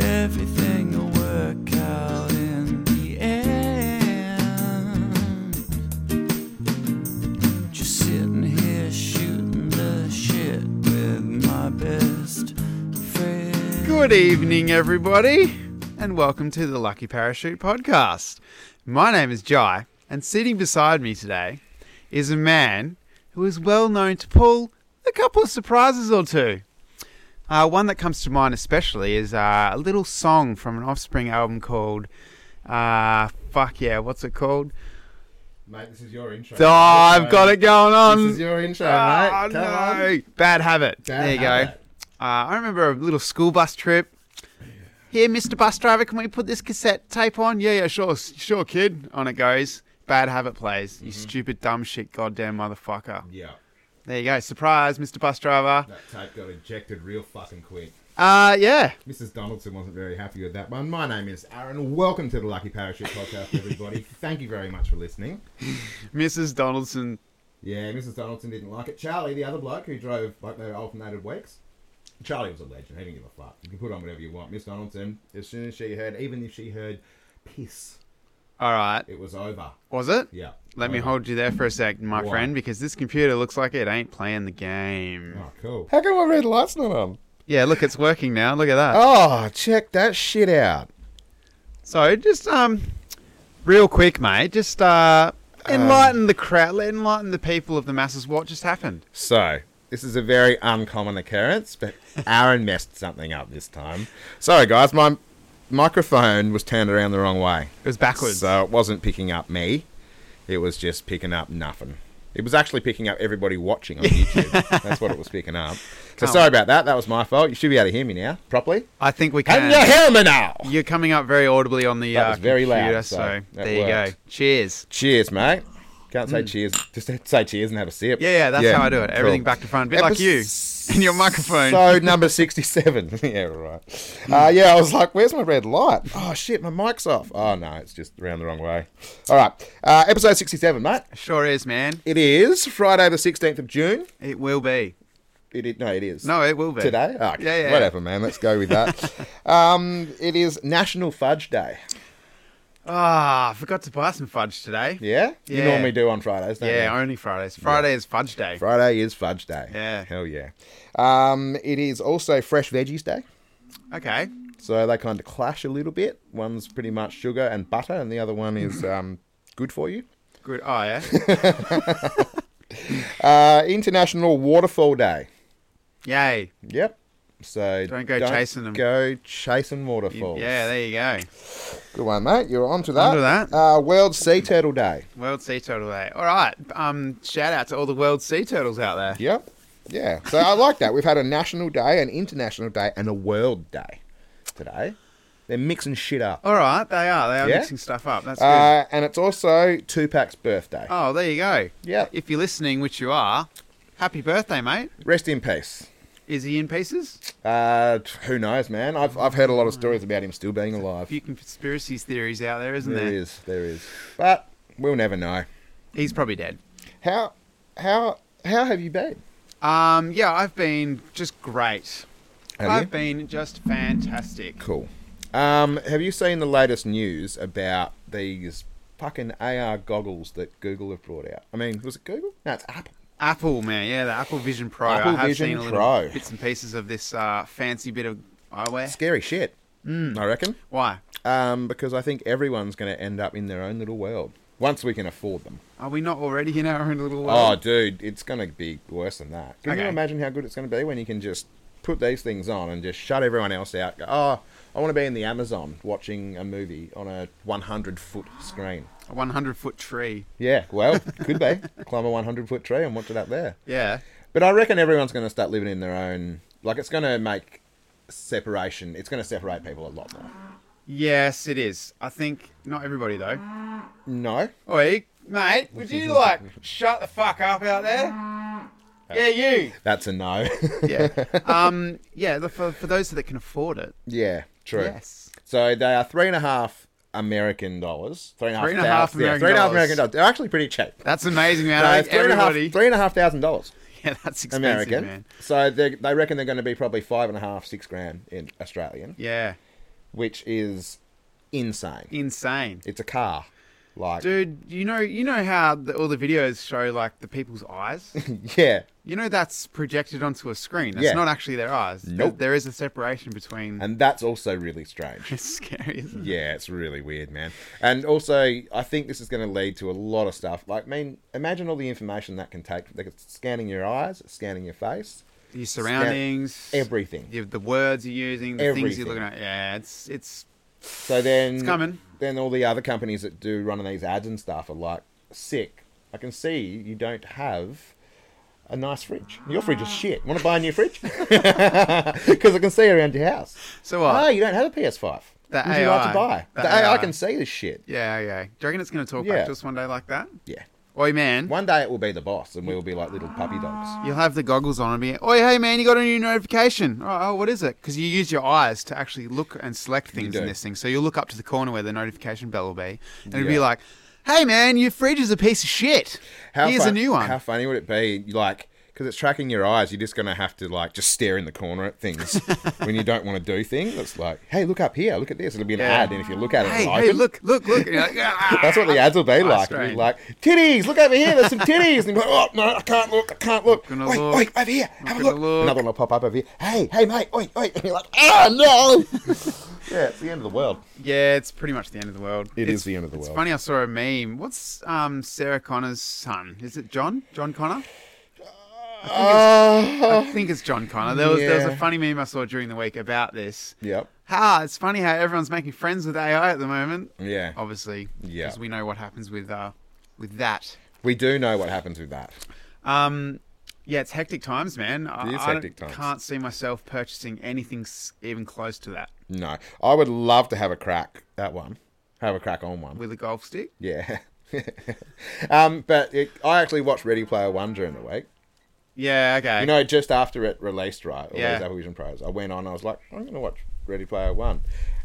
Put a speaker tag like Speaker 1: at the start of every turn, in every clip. Speaker 1: Everything will work out in the end. Just sitting here shooting the shit with my best friend.
Speaker 2: Good evening, everybody, and welcome to the Lucky Parachute Podcast. My name is Jai, and sitting beside me today is a man who is well known to pull a couple of surprises or two. Uh, one that comes to mind especially is uh, a little song from an Offspring album called, uh, fuck yeah, what's it called?
Speaker 3: Mate, this is your intro.
Speaker 2: Oh, I've got it going on.
Speaker 3: This is your intro, mate.
Speaker 2: Oh,
Speaker 4: Ah,
Speaker 3: Come on.
Speaker 2: no. Bad habit.
Speaker 3: Bad
Speaker 2: there you
Speaker 3: habit.
Speaker 2: go. Uh, I remember a little school bus trip. Here, Mr. Bus Driver, can we put this cassette tape on? Yeah, yeah, sure, s- sure, kid. On it goes. Bad habit plays.
Speaker 3: Mm-hmm.
Speaker 2: You stupid, dumb shit, goddamn motherfucker.
Speaker 3: Yeah,
Speaker 2: There you go. Surprise, Mr. Bus Driver.
Speaker 3: that tape got ejected real fucking quick.
Speaker 2: Uh, yeah.
Speaker 3: Mrs. Donaldson wasn't very happy with that one. My name is Aaron. Welcome to the Lucky Parachute Podcast, everybody. Thank you very much for listening.
Speaker 2: Mrs. Donaldson
Speaker 3: Yeah, Mrs. Donaldson didn't like it. Charlie, the other bloke who drove like they alternated weeks. Charlie was a legend. He didn't give a fuck. You can put on whatever you want. Miss Donaldson, as soon as she heard, even if she heard piss,
Speaker 2: All right.
Speaker 3: it was over.
Speaker 2: Was it?
Speaker 3: Yeah.
Speaker 2: Let me
Speaker 3: Over.
Speaker 2: hold you there for a sec, my
Speaker 3: Why?
Speaker 2: friend, because this computer looks like it ain't playing the game.
Speaker 3: Oh, cool.
Speaker 4: How come my red light's not on?
Speaker 2: Yeah, look, it's working now. Look at that.
Speaker 4: Oh, check that shit out.
Speaker 2: So just um, real quick, mate. Just uh, enlighten
Speaker 4: Um,
Speaker 2: the crowd, enlighten the people of the masses. What just happened?
Speaker 4: So, this is a very uncommon occurrence, but Aaron messed something up this time. Sorry, guys, my microphone was turned around the wrong way.
Speaker 2: It was backwards.
Speaker 4: So, it wasn't picking up me, it was just picking up nothing. It was actually picking up everybody watching on YouTube. That's what it was picking up. So,
Speaker 2: Come
Speaker 4: sorry about that. That was my fault. You should be able to hear me now properly.
Speaker 2: I think we
Speaker 4: Can you
Speaker 2: can.
Speaker 4: hear me now?
Speaker 2: You're coming up very audibly on the
Speaker 4: That
Speaker 2: uh,
Speaker 4: was very loud,
Speaker 2: computer,
Speaker 4: so
Speaker 2: so
Speaker 4: that
Speaker 2: there you go.
Speaker 4: worked.
Speaker 2: Cheers.
Speaker 4: Cheers, mate. Can't say cheers. Just say cheers and have a sip.
Speaker 2: Hmm. Yeah, yeah, that's how I do it.
Speaker 4: cool.
Speaker 2: Everything back to front, a bit like you and your microphone.
Speaker 4: So number sixty-seven. yeah, right. Uh, yeah, I was like, "Where's my red light?" Oh shit, my mic's off. Oh no, it's just around the wrong way. All right, uh, episode sixty-seven, mate.
Speaker 2: sure is, man.
Speaker 4: It is Friday the sixteenth of June.
Speaker 2: It will be.
Speaker 4: It, it no, it is
Speaker 2: No, it will be
Speaker 4: today. Oh,
Speaker 2: Yeah, yeah.
Speaker 4: Whatever, man. Let's go with that. um, it is National Fudge Day.
Speaker 2: Ah, I forgot to buy some fudge today.
Speaker 4: Yeah, you
Speaker 2: Yeah.
Speaker 4: normally do on Fridays. Don't
Speaker 2: Yeah,
Speaker 4: you?
Speaker 2: only Fridays. Friday is fudge day.
Speaker 4: Friday is Fudge Day.
Speaker 2: Yeah.
Speaker 4: hell yeah. Um, it is also Fresh Veggies Day.
Speaker 2: Okay.
Speaker 4: So they kind of clash a little bit. One's pretty much sugar and butter, and the other one is um, good for you.
Speaker 2: Good. Oh yeah.
Speaker 4: Uh, International Waterfall Day.
Speaker 2: Yay.
Speaker 4: Yep. So
Speaker 2: Don't go chasing them.
Speaker 4: Go chasing
Speaker 2: You-
Speaker 4: waterfalls.
Speaker 2: yeah. There you go.
Speaker 4: Good one, mate. You're onto that.
Speaker 2: Onto that.
Speaker 4: Uh, World Sea Turtle Day.
Speaker 2: World Sea Turtle Day. All right. Um, shout out to all the World Sea Turtles out there.
Speaker 4: Yep. Yeah. So I like that. We've had a national day, an international day, and a world day today. They're mixing shit up.
Speaker 2: All right, they are. They are
Speaker 4: Yeah?
Speaker 2: mixing stuff up. That's good.
Speaker 4: Uh, and it's also Tupac's birthday.
Speaker 2: oh, there you go.
Speaker 4: Yep.
Speaker 2: If you're listening, which you are, happy birthday, mate.
Speaker 4: Rest in peace.
Speaker 2: Is he in pieces?
Speaker 4: Uh, who knows, man? I've, I've heard a lot of stories about him still being
Speaker 2: A
Speaker 4: alive.
Speaker 2: few conspiracy theories out there, isn't there?
Speaker 4: There is, there is. But we'll never know.
Speaker 2: He's probably dead.
Speaker 4: How, how, how have you been?
Speaker 2: Um, yeah, I've been just great.
Speaker 4: Have
Speaker 2: I've
Speaker 4: you?
Speaker 2: been just fantastic.
Speaker 4: Cool. Um, have you seen the latest news about these fucking AR goggles that Google have brought out? I mean, was it Google? No, it's Apple.
Speaker 2: Apple, man, yeah, the Apple Vision Pro.
Speaker 4: Apple
Speaker 2: I have
Speaker 4: Vision
Speaker 2: seen a little
Speaker 4: Pro.
Speaker 2: bits and pieces of this uh, fancy bit of eyewear.
Speaker 4: Scary shit. Mm. I reckon.
Speaker 2: Why?
Speaker 4: Um, because I think everyone's going to end up in their own little world once we can afford them.
Speaker 2: Are we not already in our own little
Speaker 4: Oh,
Speaker 2: world?
Speaker 4: dude, it's going to be worse than that. Can
Speaker 2: Okay.
Speaker 4: you imagine how good it's going to be when you can just put these things on and just shut everyone else out? Go, oh, I want to be in the Amazon watching a movie on a 100 foot screen.
Speaker 2: A 100 foot tree.
Speaker 4: Yeah, well, could be. Climb a 100 foot tree and watch it up there.
Speaker 2: Yeah.
Speaker 4: But I reckon everyone's going to start living in their own. Like, it's going to make separation, it's going to separate people a lot more.
Speaker 2: Yes, it is. I think not everybody though.
Speaker 4: No?
Speaker 2: Oi, mate, would you like shut the fuck up out there?
Speaker 4: Uh,
Speaker 2: Yeah, you.
Speaker 4: That's a no.
Speaker 2: Yeah. Um. Yeah. the- For for those that can afford it.
Speaker 4: yeah, true.
Speaker 2: Yes.
Speaker 4: So they are three and a half American dollars. Three and a half,
Speaker 2: Three and a half
Speaker 4: thousand- yeah,
Speaker 2: American
Speaker 4: three and a half
Speaker 2: dollars.
Speaker 4: American dollars. They're actually pretty cheap.
Speaker 2: That's amazing, man.
Speaker 4: No,
Speaker 2: I
Speaker 4: it's
Speaker 2: think
Speaker 4: three and a half-
Speaker 2: everybody.
Speaker 4: three and a half thousand dollars
Speaker 2: Yeah, that's expensive,
Speaker 4: American.
Speaker 2: man.
Speaker 4: So they they reckon they're going to be probably five and a half, six grand in Australian.
Speaker 2: Yeah.
Speaker 4: which is insane.
Speaker 2: Insane.
Speaker 4: It's a car. Like,
Speaker 2: Dude, you know you know how the, all the videos show like the people's eyes?
Speaker 4: yeah.
Speaker 2: You know that's projected onto a screen. That's
Speaker 4: Yeah.
Speaker 2: not actually their eyes. There-
Speaker 4: Nope.
Speaker 2: There is a separation between
Speaker 4: And that's also really strange.
Speaker 2: it's scary, isn't it?
Speaker 4: Yeah, it's really weird, man. And also, I think this is going to lead to a lot of stuff. Like, I mean, imagine all the information that can take. Like, it's scanning your eyes, scanning your face,
Speaker 2: Your surroundings,
Speaker 4: everything.
Speaker 2: your- the words you're using, the things
Speaker 4: Everything.
Speaker 2: you're looking at. Yeah, it's it's
Speaker 4: So then,
Speaker 2: It's coming.
Speaker 4: Then all the other companies that do running these ads and stuff are like, sick. I can see you don't have a nice fridge. Your fridge
Speaker 2: Ah.
Speaker 4: is shit. Want to buy a new fridge? Because I can see around your house.
Speaker 2: so what?
Speaker 4: Oh, you don't have a PS5.
Speaker 2: The
Speaker 4: Would you
Speaker 2: AI.
Speaker 4: like to buy? The,
Speaker 2: The
Speaker 4: AI.
Speaker 2: AI.
Speaker 4: can see this shit.
Speaker 2: Yeah, yeah. Do you reckon it's going to talk
Speaker 4: Yeah.
Speaker 2: back to us one day like that?
Speaker 4: Yeah.
Speaker 2: Oi, man.
Speaker 4: One day it will be the boss, and we will be like little puppy dogs.
Speaker 2: You'll have the goggles on and be, oi, hey, man, you got a new notification. Oh, oh what is it? Because you use your eyes to actually look and select things
Speaker 4: do.
Speaker 2: in this thing. So you'll look up to the corner where the notification bell will be, and it'll be
Speaker 4: Yeah.
Speaker 2: like, hey, man, your fridge is a piece of shit. Here's
Speaker 4: fun-
Speaker 2: a new one.
Speaker 4: How funny would it be? Like, because it's tracking your eyes, you're just going to have to like just stare in the corner at things when you don't want to do things. It's like, hey, look up here, look at this. It'll be an
Speaker 2: Yeah.
Speaker 4: ad, and if you look at it,
Speaker 2: hey,
Speaker 4: like
Speaker 2: hey,
Speaker 4: it-
Speaker 2: look, look, look. And you're like, "Ah."
Speaker 4: That's what the ads will be like. It'll be
Speaker 2: strange.
Speaker 4: like, titties, look over here, there's some titties. And you're like, oh, no, I can't look, I can't look.
Speaker 2: Not gonna
Speaker 4: Oi,
Speaker 2: look.
Speaker 4: oi, over here, have a
Speaker 2: gonna
Speaker 4: look.
Speaker 2: look.
Speaker 4: Another one will pop up over here. Hey, hey, mate, oi, oi. And you're like, ah, no. yeah, it's the end of the world.
Speaker 2: Yeah, it's pretty much the end of the world.
Speaker 4: It
Speaker 2: it's,
Speaker 4: is the end of the
Speaker 2: It's
Speaker 4: world.
Speaker 2: funny, I saw a meme. What's um, Sarah Connor's son? Is it John? John Connor?
Speaker 4: Uh,
Speaker 2: I think it's John Connor. There was, there was
Speaker 4: Yeah.
Speaker 2: a funny meme I saw during the week about this.
Speaker 4: yep.
Speaker 2: Ah, it's funny how everyone's making friends with AI at the moment.
Speaker 4: Yeah.
Speaker 2: Obviously,
Speaker 4: Yeah.
Speaker 2: because we know what happens with uh, with that.
Speaker 4: We do know what happens with that.
Speaker 2: Um, yeah, it's hectic times, man. I,
Speaker 4: It is
Speaker 2: I don't-
Speaker 4: hectic times.
Speaker 2: can't see myself purchasing anything s- even close to that
Speaker 4: No, I would love to have a crack at one. Have a crack on one.
Speaker 2: with a golf stick.
Speaker 4: Yeah. um, but it, I actually watched Ready Player One during the week.
Speaker 2: Yeah, okay.
Speaker 4: You know, just after it released, right? All
Speaker 2: Yeah.
Speaker 4: those Apple Vision Pros. I went on. I was like, I'm going to watch Ready Player One,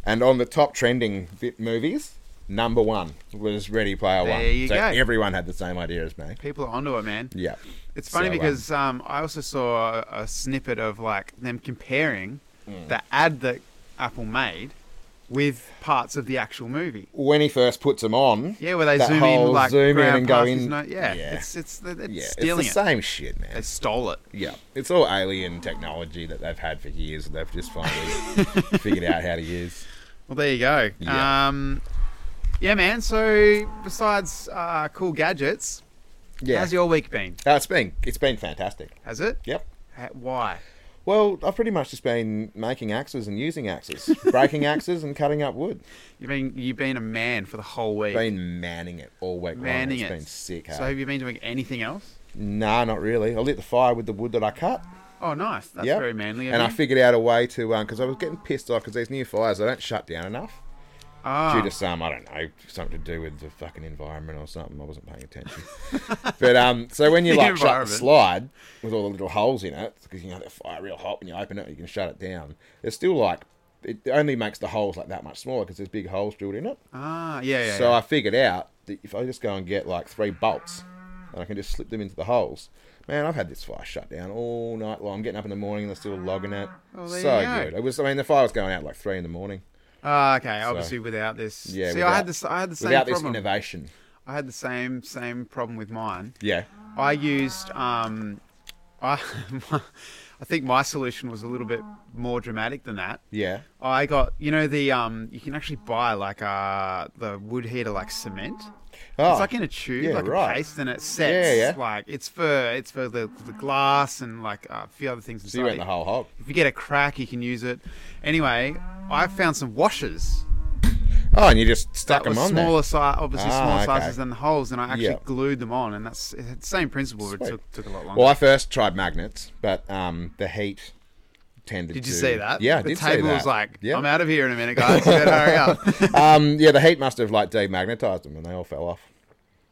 Speaker 4: and on the top trending vi- movies, number one was Ready Player
Speaker 2: There
Speaker 4: One.
Speaker 2: you
Speaker 4: so
Speaker 2: go.
Speaker 4: everyone had the same idea as me.
Speaker 2: people are onto it, man.
Speaker 4: Yeah.
Speaker 2: It's funny
Speaker 4: So, um,
Speaker 2: because um, I also saw a, a snippet of like them comparing
Speaker 4: Mm.
Speaker 2: the ad that Apple made with parts of the actual movie.
Speaker 4: When he first puts them on,
Speaker 2: Yeah, where they
Speaker 4: that
Speaker 2: zoom in,
Speaker 4: whole
Speaker 2: like
Speaker 4: zoom in
Speaker 2: grab
Speaker 4: and go
Speaker 2: past his
Speaker 4: in.
Speaker 2: note. Yeah,
Speaker 4: yeah,
Speaker 2: it's it's they're, they're
Speaker 4: yeah, it's the
Speaker 2: stealing it.
Speaker 4: same shit, man.
Speaker 2: They stole it.
Speaker 4: Yeah, it's all alien technology that they've had for years, and they've just finally figured out how to use.
Speaker 2: Well, there you go.
Speaker 4: Yeah.
Speaker 2: Um, yeah, man. So besides uh, cool gadgets,
Speaker 4: Yeah,
Speaker 2: how's your week been?
Speaker 4: Uh, it's been it's been fantastic.
Speaker 2: Has it?
Speaker 4: Yep.
Speaker 2: Ha- Why?
Speaker 4: Well, I've pretty much just been making axes and using axes, breaking axes and cutting up wood.
Speaker 2: You've been you've been a man for the whole week.
Speaker 4: Been manning it all week long.
Speaker 2: manning
Speaker 4: It's
Speaker 2: it.
Speaker 4: been sick.
Speaker 2: So
Speaker 4: Hey?
Speaker 2: have you been doing anything else?
Speaker 4: nah, not really. I lit the fire with the wood that I cut.
Speaker 2: Oh, nice. That's
Speaker 4: Yep.
Speaker 2: very manly. of
Speaker 4: And I
Speaker 2: you.
Speaker 4: figured out a way to because I was getting pissed off because these new fires they don't shut down enough.
Speaker 2: Ah.
Speaker 4: due to some I don't know something to do with the fucking environment or something. I wasn't paying attention. but um, so when you
Speaker 2: The
Speaker 4: like shut the
Speaker 2: environment.
Speaker 4: slide with all the little holes in it, because you know they fire real hot when you open it, you can shut it down. It's still like it only makes the holes like that much smaller because there's big holes drilled in it.
Speaker 2: Ah, yeah, yeah.
Speaker 4: so
Speaker 2: yeah.
Speaker 4: I figured out that if I just go and get like three bolts and I can just slip them into the holes. Man, I've had this fire shut down all night long. I'm getting up in the morning and they're still logging it.
Speaker 2: Oh, there
Speaker 4: so
Speaker 2: you go.
Speaker 4: good. It was. I mean, the fire was going out like three in the morning.
Speaker 2: Ah, okay. Obviously, without this,
Speaker 4: Yeah.
Speaker 2: See,
Speaker 4: without-
Speaker 2: I had this. I had the same
Speaker 4: without this
Speaker 2: problem.
Speaker 4: innovation.
Speaker 2: I had the same same problem with mine.
Speaker 4: Yeah.
Speaker 2: I used um, I I think my solution was a little bit more dramatic than that.
Speaker 4: Yeah.
Speaker 2: I got you know the um, you can actually buy like uh the wood heater like cement.
Speaker 4: Oh.
Speaker 2: It's like in a tube,
Speaker 4: yeah,
Speaker 2: like
Speaker 4: right.
Speaker 2: a paste, and it sets.
Speaker 4: Yeah, yeah.
Speaker 2: Like it's for it's for the, the glass and like a few other things.
Speaker 4: So you went the
Speaker 2: inside.
Speaker 4: whole hog.
Speaker 2: If you get a crack, you can use it. Anyway, I found some washers
Speaker 4: Oh, and you just stuck
Speaker 2: that were
Speaker 4: them on
Speaker 2: smaller size, obviously
Speaker 4: Ah,
Speaker 2: smaller
Speaker 4: okay.
Speaker 2: sizes than the holes, and I actually
Speaker 4: Yeah.
Speaker 2: glued them on, and that's it's the same principle. but
Speaker 4: Sweet.
Speaker 2: It took, took a lot
Speaker 4: there.
Speaker 2: longer.
Speaker 4: Well, I first tried magnets, but um, the heat tended.
Speaker 2: did you
Speaker 4: to-
Speaker 2: see that?
Speaker 4: Yeah, I
Speaker 2: the
Speaker 4: did see
Speaker 2: table
Speaker 4: that.
Speaker 2: was like,
Speaker 4: yeah.
Speaker 2: "I'm out of here in a minute, guys. You better hurry up."
Speaker 4: um, yeah, the heat must have like demagnetized them, and they all fell off.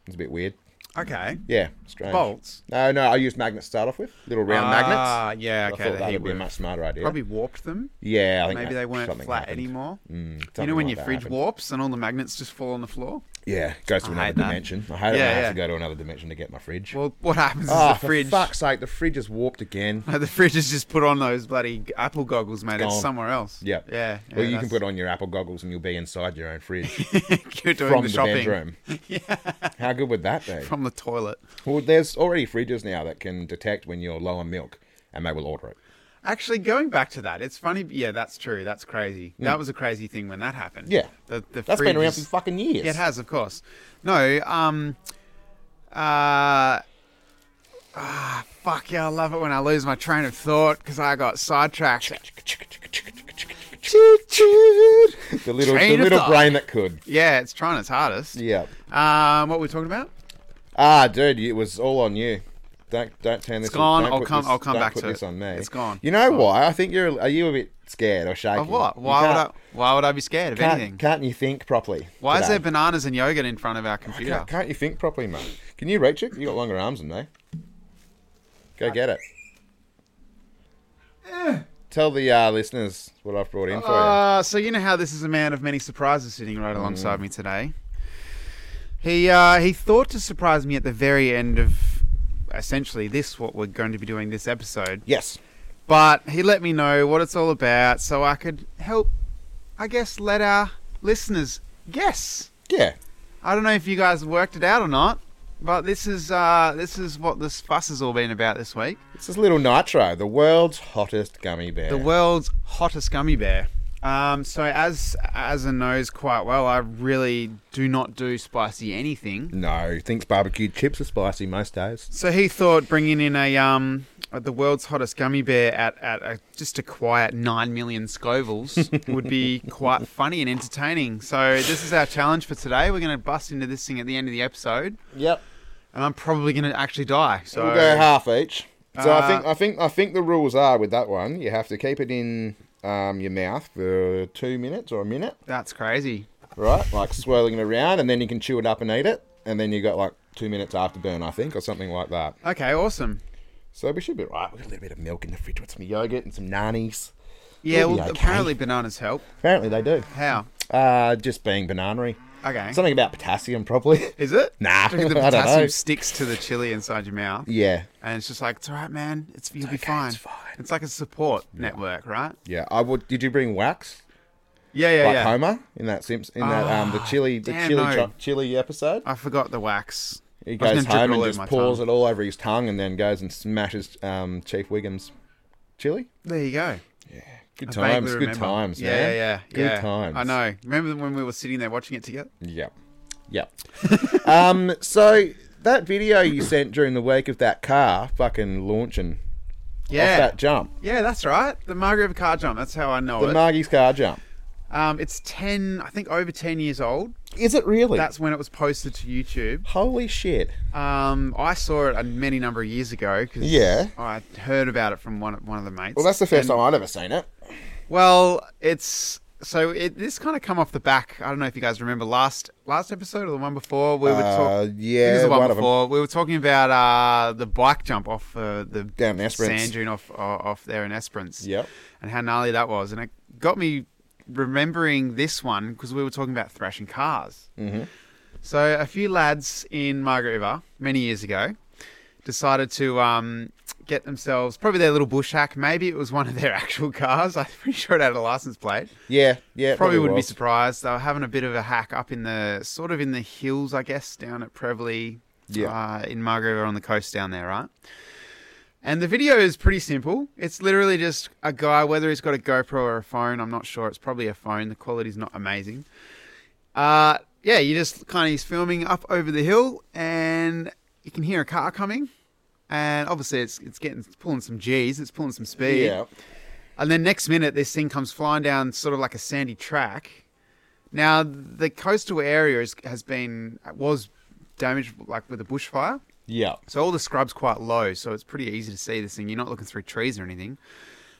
Speaker 4: It's a bit weird.
Speaker 2: okay,
Speaker 4: Yeah, strange.
Speaker 2: bolts.
Speaker 4: No, no, I used magnets to start off with, little round magnets.
Speaker 2: Ah, yeah.
Speaker 4: I
Speaker 2: Okay,
Speaker 4: thought
Speaker 2: the
Speaker 4: that
Speaker 2: heat
Speaker 4: would be a
Speaker 2: wave.
Speaker 4: much smarter idea.
Speaker 2: probably warped them.
Speaker 4: yeah, I think
Speaker 2: Maybe
Speaker 4: that-
Speaker 2: they weren't
Speaker 4: something
Speaker 2: flat
Speaker 4: happened.
Speaker 2: anymore.
Speaker 4: Mm,
Speaker 2: You
Speaker 4: something
Speaker 2: know when your
Speaker 4: like that
Speaker 2: fridge
Speaker 4: happened.
Speaker 2: warps and all the magnets just fall on the floor.
Speaker 4: Yeah, goes to
Speaker 2: I
Speaker 4: another
Speaker 2: hate that.
Speaker 4: dimension. I hate it.
Speaker 2: Yeah,
Speaker 4: when I have
Speaker 2: yeah.
Speaker 4: to go to another dimension to get my fridge.
Speaker 2: Well, what happens is
Speaker 4: Ah,
Speaker 2: the fridge.
Speaker 4: for fuck's sake, the fridge is warped again.
Speaker 2: No, the fridge has just put on those bloody Apple goggles, mate. It's
Speaker 4: Gone.
Speaker 2: somewhere else.
Speaker 4: Yep.
Speaker 2: Yeah.
Speaker 4: well, you can put on your Apple goggles and you'll be inside your own fridge
Speaker 2: You're doing
Speaker 4: from
Speaker 2: the
Speaker 4: the,
Speaker 2: shopping
Speaker 4: bedroom. How good would that be?
Speaker 2: from the toilet.
Speaker 4: Well, there's already fridges now that can detect when you're low on milk, and they will order it.
Speaker 2: Actually, going back to that, it's funny. Yeah, that's true. That's crazy. That was a crazy thing when that happened.
Speaker 4: Hmm. Yeah.
Speaker 2: The, the
Speaker 4: That's been
Speaker 2: fridge
Speaker 4: around
Speaker 2: is-
Speaker 4: for fucking years.
Speaker 2: It has, of course. No, um, uh, ah, fuck yeah, I love it when I lose my train of thought because I got sidetracked.
Speaker 4: The little,
Speaker 2: Train
Speaker 4: the
Speaker 2: of
Speaker 4: little
Speaker 2: thought.
Speaker 4: brain that could.
Speaker 2: Yeah, it's trying its hardest.
Speaker 4: Yeah.
Speaker 2: Um, what were we talking about?
Speaker 4: Ah, dude, it was all on you. Don't don't turn this.
Speaker 2: It's gone.
Speaker 4: Don't
Speaker 2: I'll
Speaker 4: put
Speaker 2: come-
Speaker 4: This,
Speaker 2: I'll come
Speaker 4: don't
Speaker 2: back
Speaker 4: put
Speaker 2: to
Speaker 4: this
Speaker 2: it.
Speaker 4: on me.
Speaker 2: It's gone.
Speaker 4: You know why? I think you're. Are you a bit scared or shaky?
Speaker 2: Of what?
Speaker 4: You
Speaker 2: Why would I?
Speaker 4: can't-
Speaker 2: Why would I be scared of
Speaker 4: Can't,
Speaker 2: anything?
Speaker 4: can't you think properly?
Speaker 2: Why is
Speaker 4: today?
Speaker 2: there bananas and yogurt in front of our computer?
Speaker 4: Can't, can't you think properly, mate? Can you reach it? You got longer arms than me. Go get it. Tell the uh, listeners what I've brought in for you.
Speaker 2: Eh.
Speaker 4: Mm.
Speaker 2: Uh, so you know how this is a man of many surprises sitting right alongside me today. He uh, he thought to surprise me at the very end of essentially this what we're going to be doing this episode,
Speaker 4: Yes.
Speaker 2: but he let me know what it's all about so I could help, I guess, let our listeners guess.
Speaker 4: Yeah.
Speaker 2: I don't know if you guys worked it out or not, but this is uh, this is what this fuss has all been about this week.
Speaker 4: It's this little nitro, the world's hottest gummy bear.
Speaker 2: the world's hottest gummy bear. Um, so as as a knows quite well, I really do not do spicy anything.
Speaker 4: no, thinks barbecue chips are spicy most days.
Speaker 2: So he thought bringing in a um the world's hottest gummy bear at at a, just a quiet nine million scovels would be quite funny and entertaining. So this is our challenge for today. We're going to bust into this thing at the end of the episode,
Speaker 4: Yep.
Speaker 2: and I'm probably going to actually die. So
Speaker 4: we'll go half each. So I
Speaker 2: Uh,
Speaker 4: think I think I think the rules are with that one. You have to keep it in um, your mouth for two minutes or a minute,
Speaker 2: that's crazy.
Speaker 4: right? Like swirling it around, and then you can chew it up and eat it. And then you got like two minutes afterburn, I think, or something like that.
Speaker 2: Okay, awesome.
Speaker 4: So we should be right. We've got a little bit of milk in the fridge with some yogurt and some nannies.
Speaker 2: Yeah,
Speaker 4: We'll be
Speaker 2: well,
Speaker 4: okay.
Speaker 2: apparently bananas help.
Speaker 4: Apparently they do.
Speaker 2: How?
Speaker 4: Uh, just being bananery.
Speaker 2: Okay.
Speaker 4: Something about potassium, probably.
Speaker 2: Is it?
Speaker 4: Nah,
Speaker 2: Because the
Speaker 4: I don't know.
Speaker 2: potassium sticks to the chili inside your mouth,
Speaker 4: yeah.
Speaker 2: and it's just like it's all right, man. It's you'll be
Speaker 4: okay,
Speaker 2: fine.
Speaker 4: it's fine."
Speaker 2: It's like a support network, right?
Speaker 4: Yeah. I would. Did you bring wax?
Speaker 2: Yeah, yeah,
Speaker 4: like
Speaker 2: yeah.
Speaker 4: Homer in that Simps in that um the chili the
Speaker 2: damn
Speaker 4: chili
Speaker 2: no.
Speaker 4: cho- chili episode.
Speaker 2: I forgot the wax.
Speaker 4: He
Speaker 2: I was
Speaker 4: goes
Speaker 2: gonna drip it all
Speaker 4: home and
Speaker 2: over
Speaker 4: just
Speaker 2: my
Speaker 4: pours
Speaker 2: tongue.
Speaker 4: it all over his tongue, and then goes and smashes um, Chief Wiggum's chili.
Speaker 2: There you go.
Speaker 4: Good
Speaker 2: I vaguely
Speaker 4: times, good
Speaker 2: remember.
Speaker 4: times,
Speaker 2: Yeah,
Speaker 4: man.
Speaker 2: yeah, yeah.
Speaker 4: good
Speaker 2: yeah.
Speaker 4: times.
Speaker 2: I know. Remember when we were sitting there watching it together?
Speaker 4: Yep, yep. um, so that video you sent during the week of that car fucking launching off
Speaker 2: Yeah.
Speaker 4: that jump,
Speaker 2: Yeah, that's right. The Margaret car jump. That's how I know
Speaker 4: the
Speaker 2: it.
Speaker 4: Margie's car jump.
Speaker 2: um, it's ten, I think, over ten years old.
Speaker 4: Is it really?
Speaker 2: That's when it was posted to YouTube.
Speaker 4: holy shit.
Speaker 2: Um, I saw it a many number of years ago because
Speaker 4: Yeah.
Speaker 2: Oh, I heard about it from one of, one of the mates.
Speaker 4: Well, that's the first time I'd ever seen it.
Speaker 2: Well, it's so it, this kind of come off the back. I don't know if you guys remember last last episode or the one before we were
Speaker 4: Uh,
Speaker 2: talking.
Speaker 4: yeah,
Speaker 2: the one,
Speaker 4: one of 'em.
Speaker 2: before we were talking about uh, the bike jump off uh, the
Speaker 4: Down in Esperance.
Speaker 2: sand dune off uh, off there in Esperance.
Speaker 4: Yep.
Speaker 2: and how gnarly that was, and it got me remembering this one because we were talking about thrashing cars. Mm-hmm. So a few lads in Margaret River many years ago decided to um, get themselves probably their little bush hack. Maybe it was one of their actual cars. I'm pretty sure it had a license plate.
Speaker 4: Yeah, yeah. it
Speaker 2: Probably wouldn't be
Speaker 4: was.
Speaker 2: surprised. They were having a bit of a hack up in the sort of in the hills, I guess, down at Prebley,
Speaker 4: Yeah.
Speaker 2: uh, in Margaret River on the coast down there, right? And the video is pretty simple. It's literally just a guy, whether he's got a GoPro or a phone, I'm not sure. It's probably a phone. The quality's not amazing. Uh, yeah, you just kind of he's filming up over the hill, and you can hear a car coming, and obviously it's it's getting it's pulling some G's, it's pulling some speed.
Speaker 4: Yeah.
Speaker 2: And then next minute, this thing comes flying down sort of like a sandy track. Now, the coastal area is, has been, was damaged like with a bushfire.
Speaker 4: Yeah.
Speaker 2: So all the scrub's quite low. So it's pretty easy to see this thing. You're not looking through trees or anything.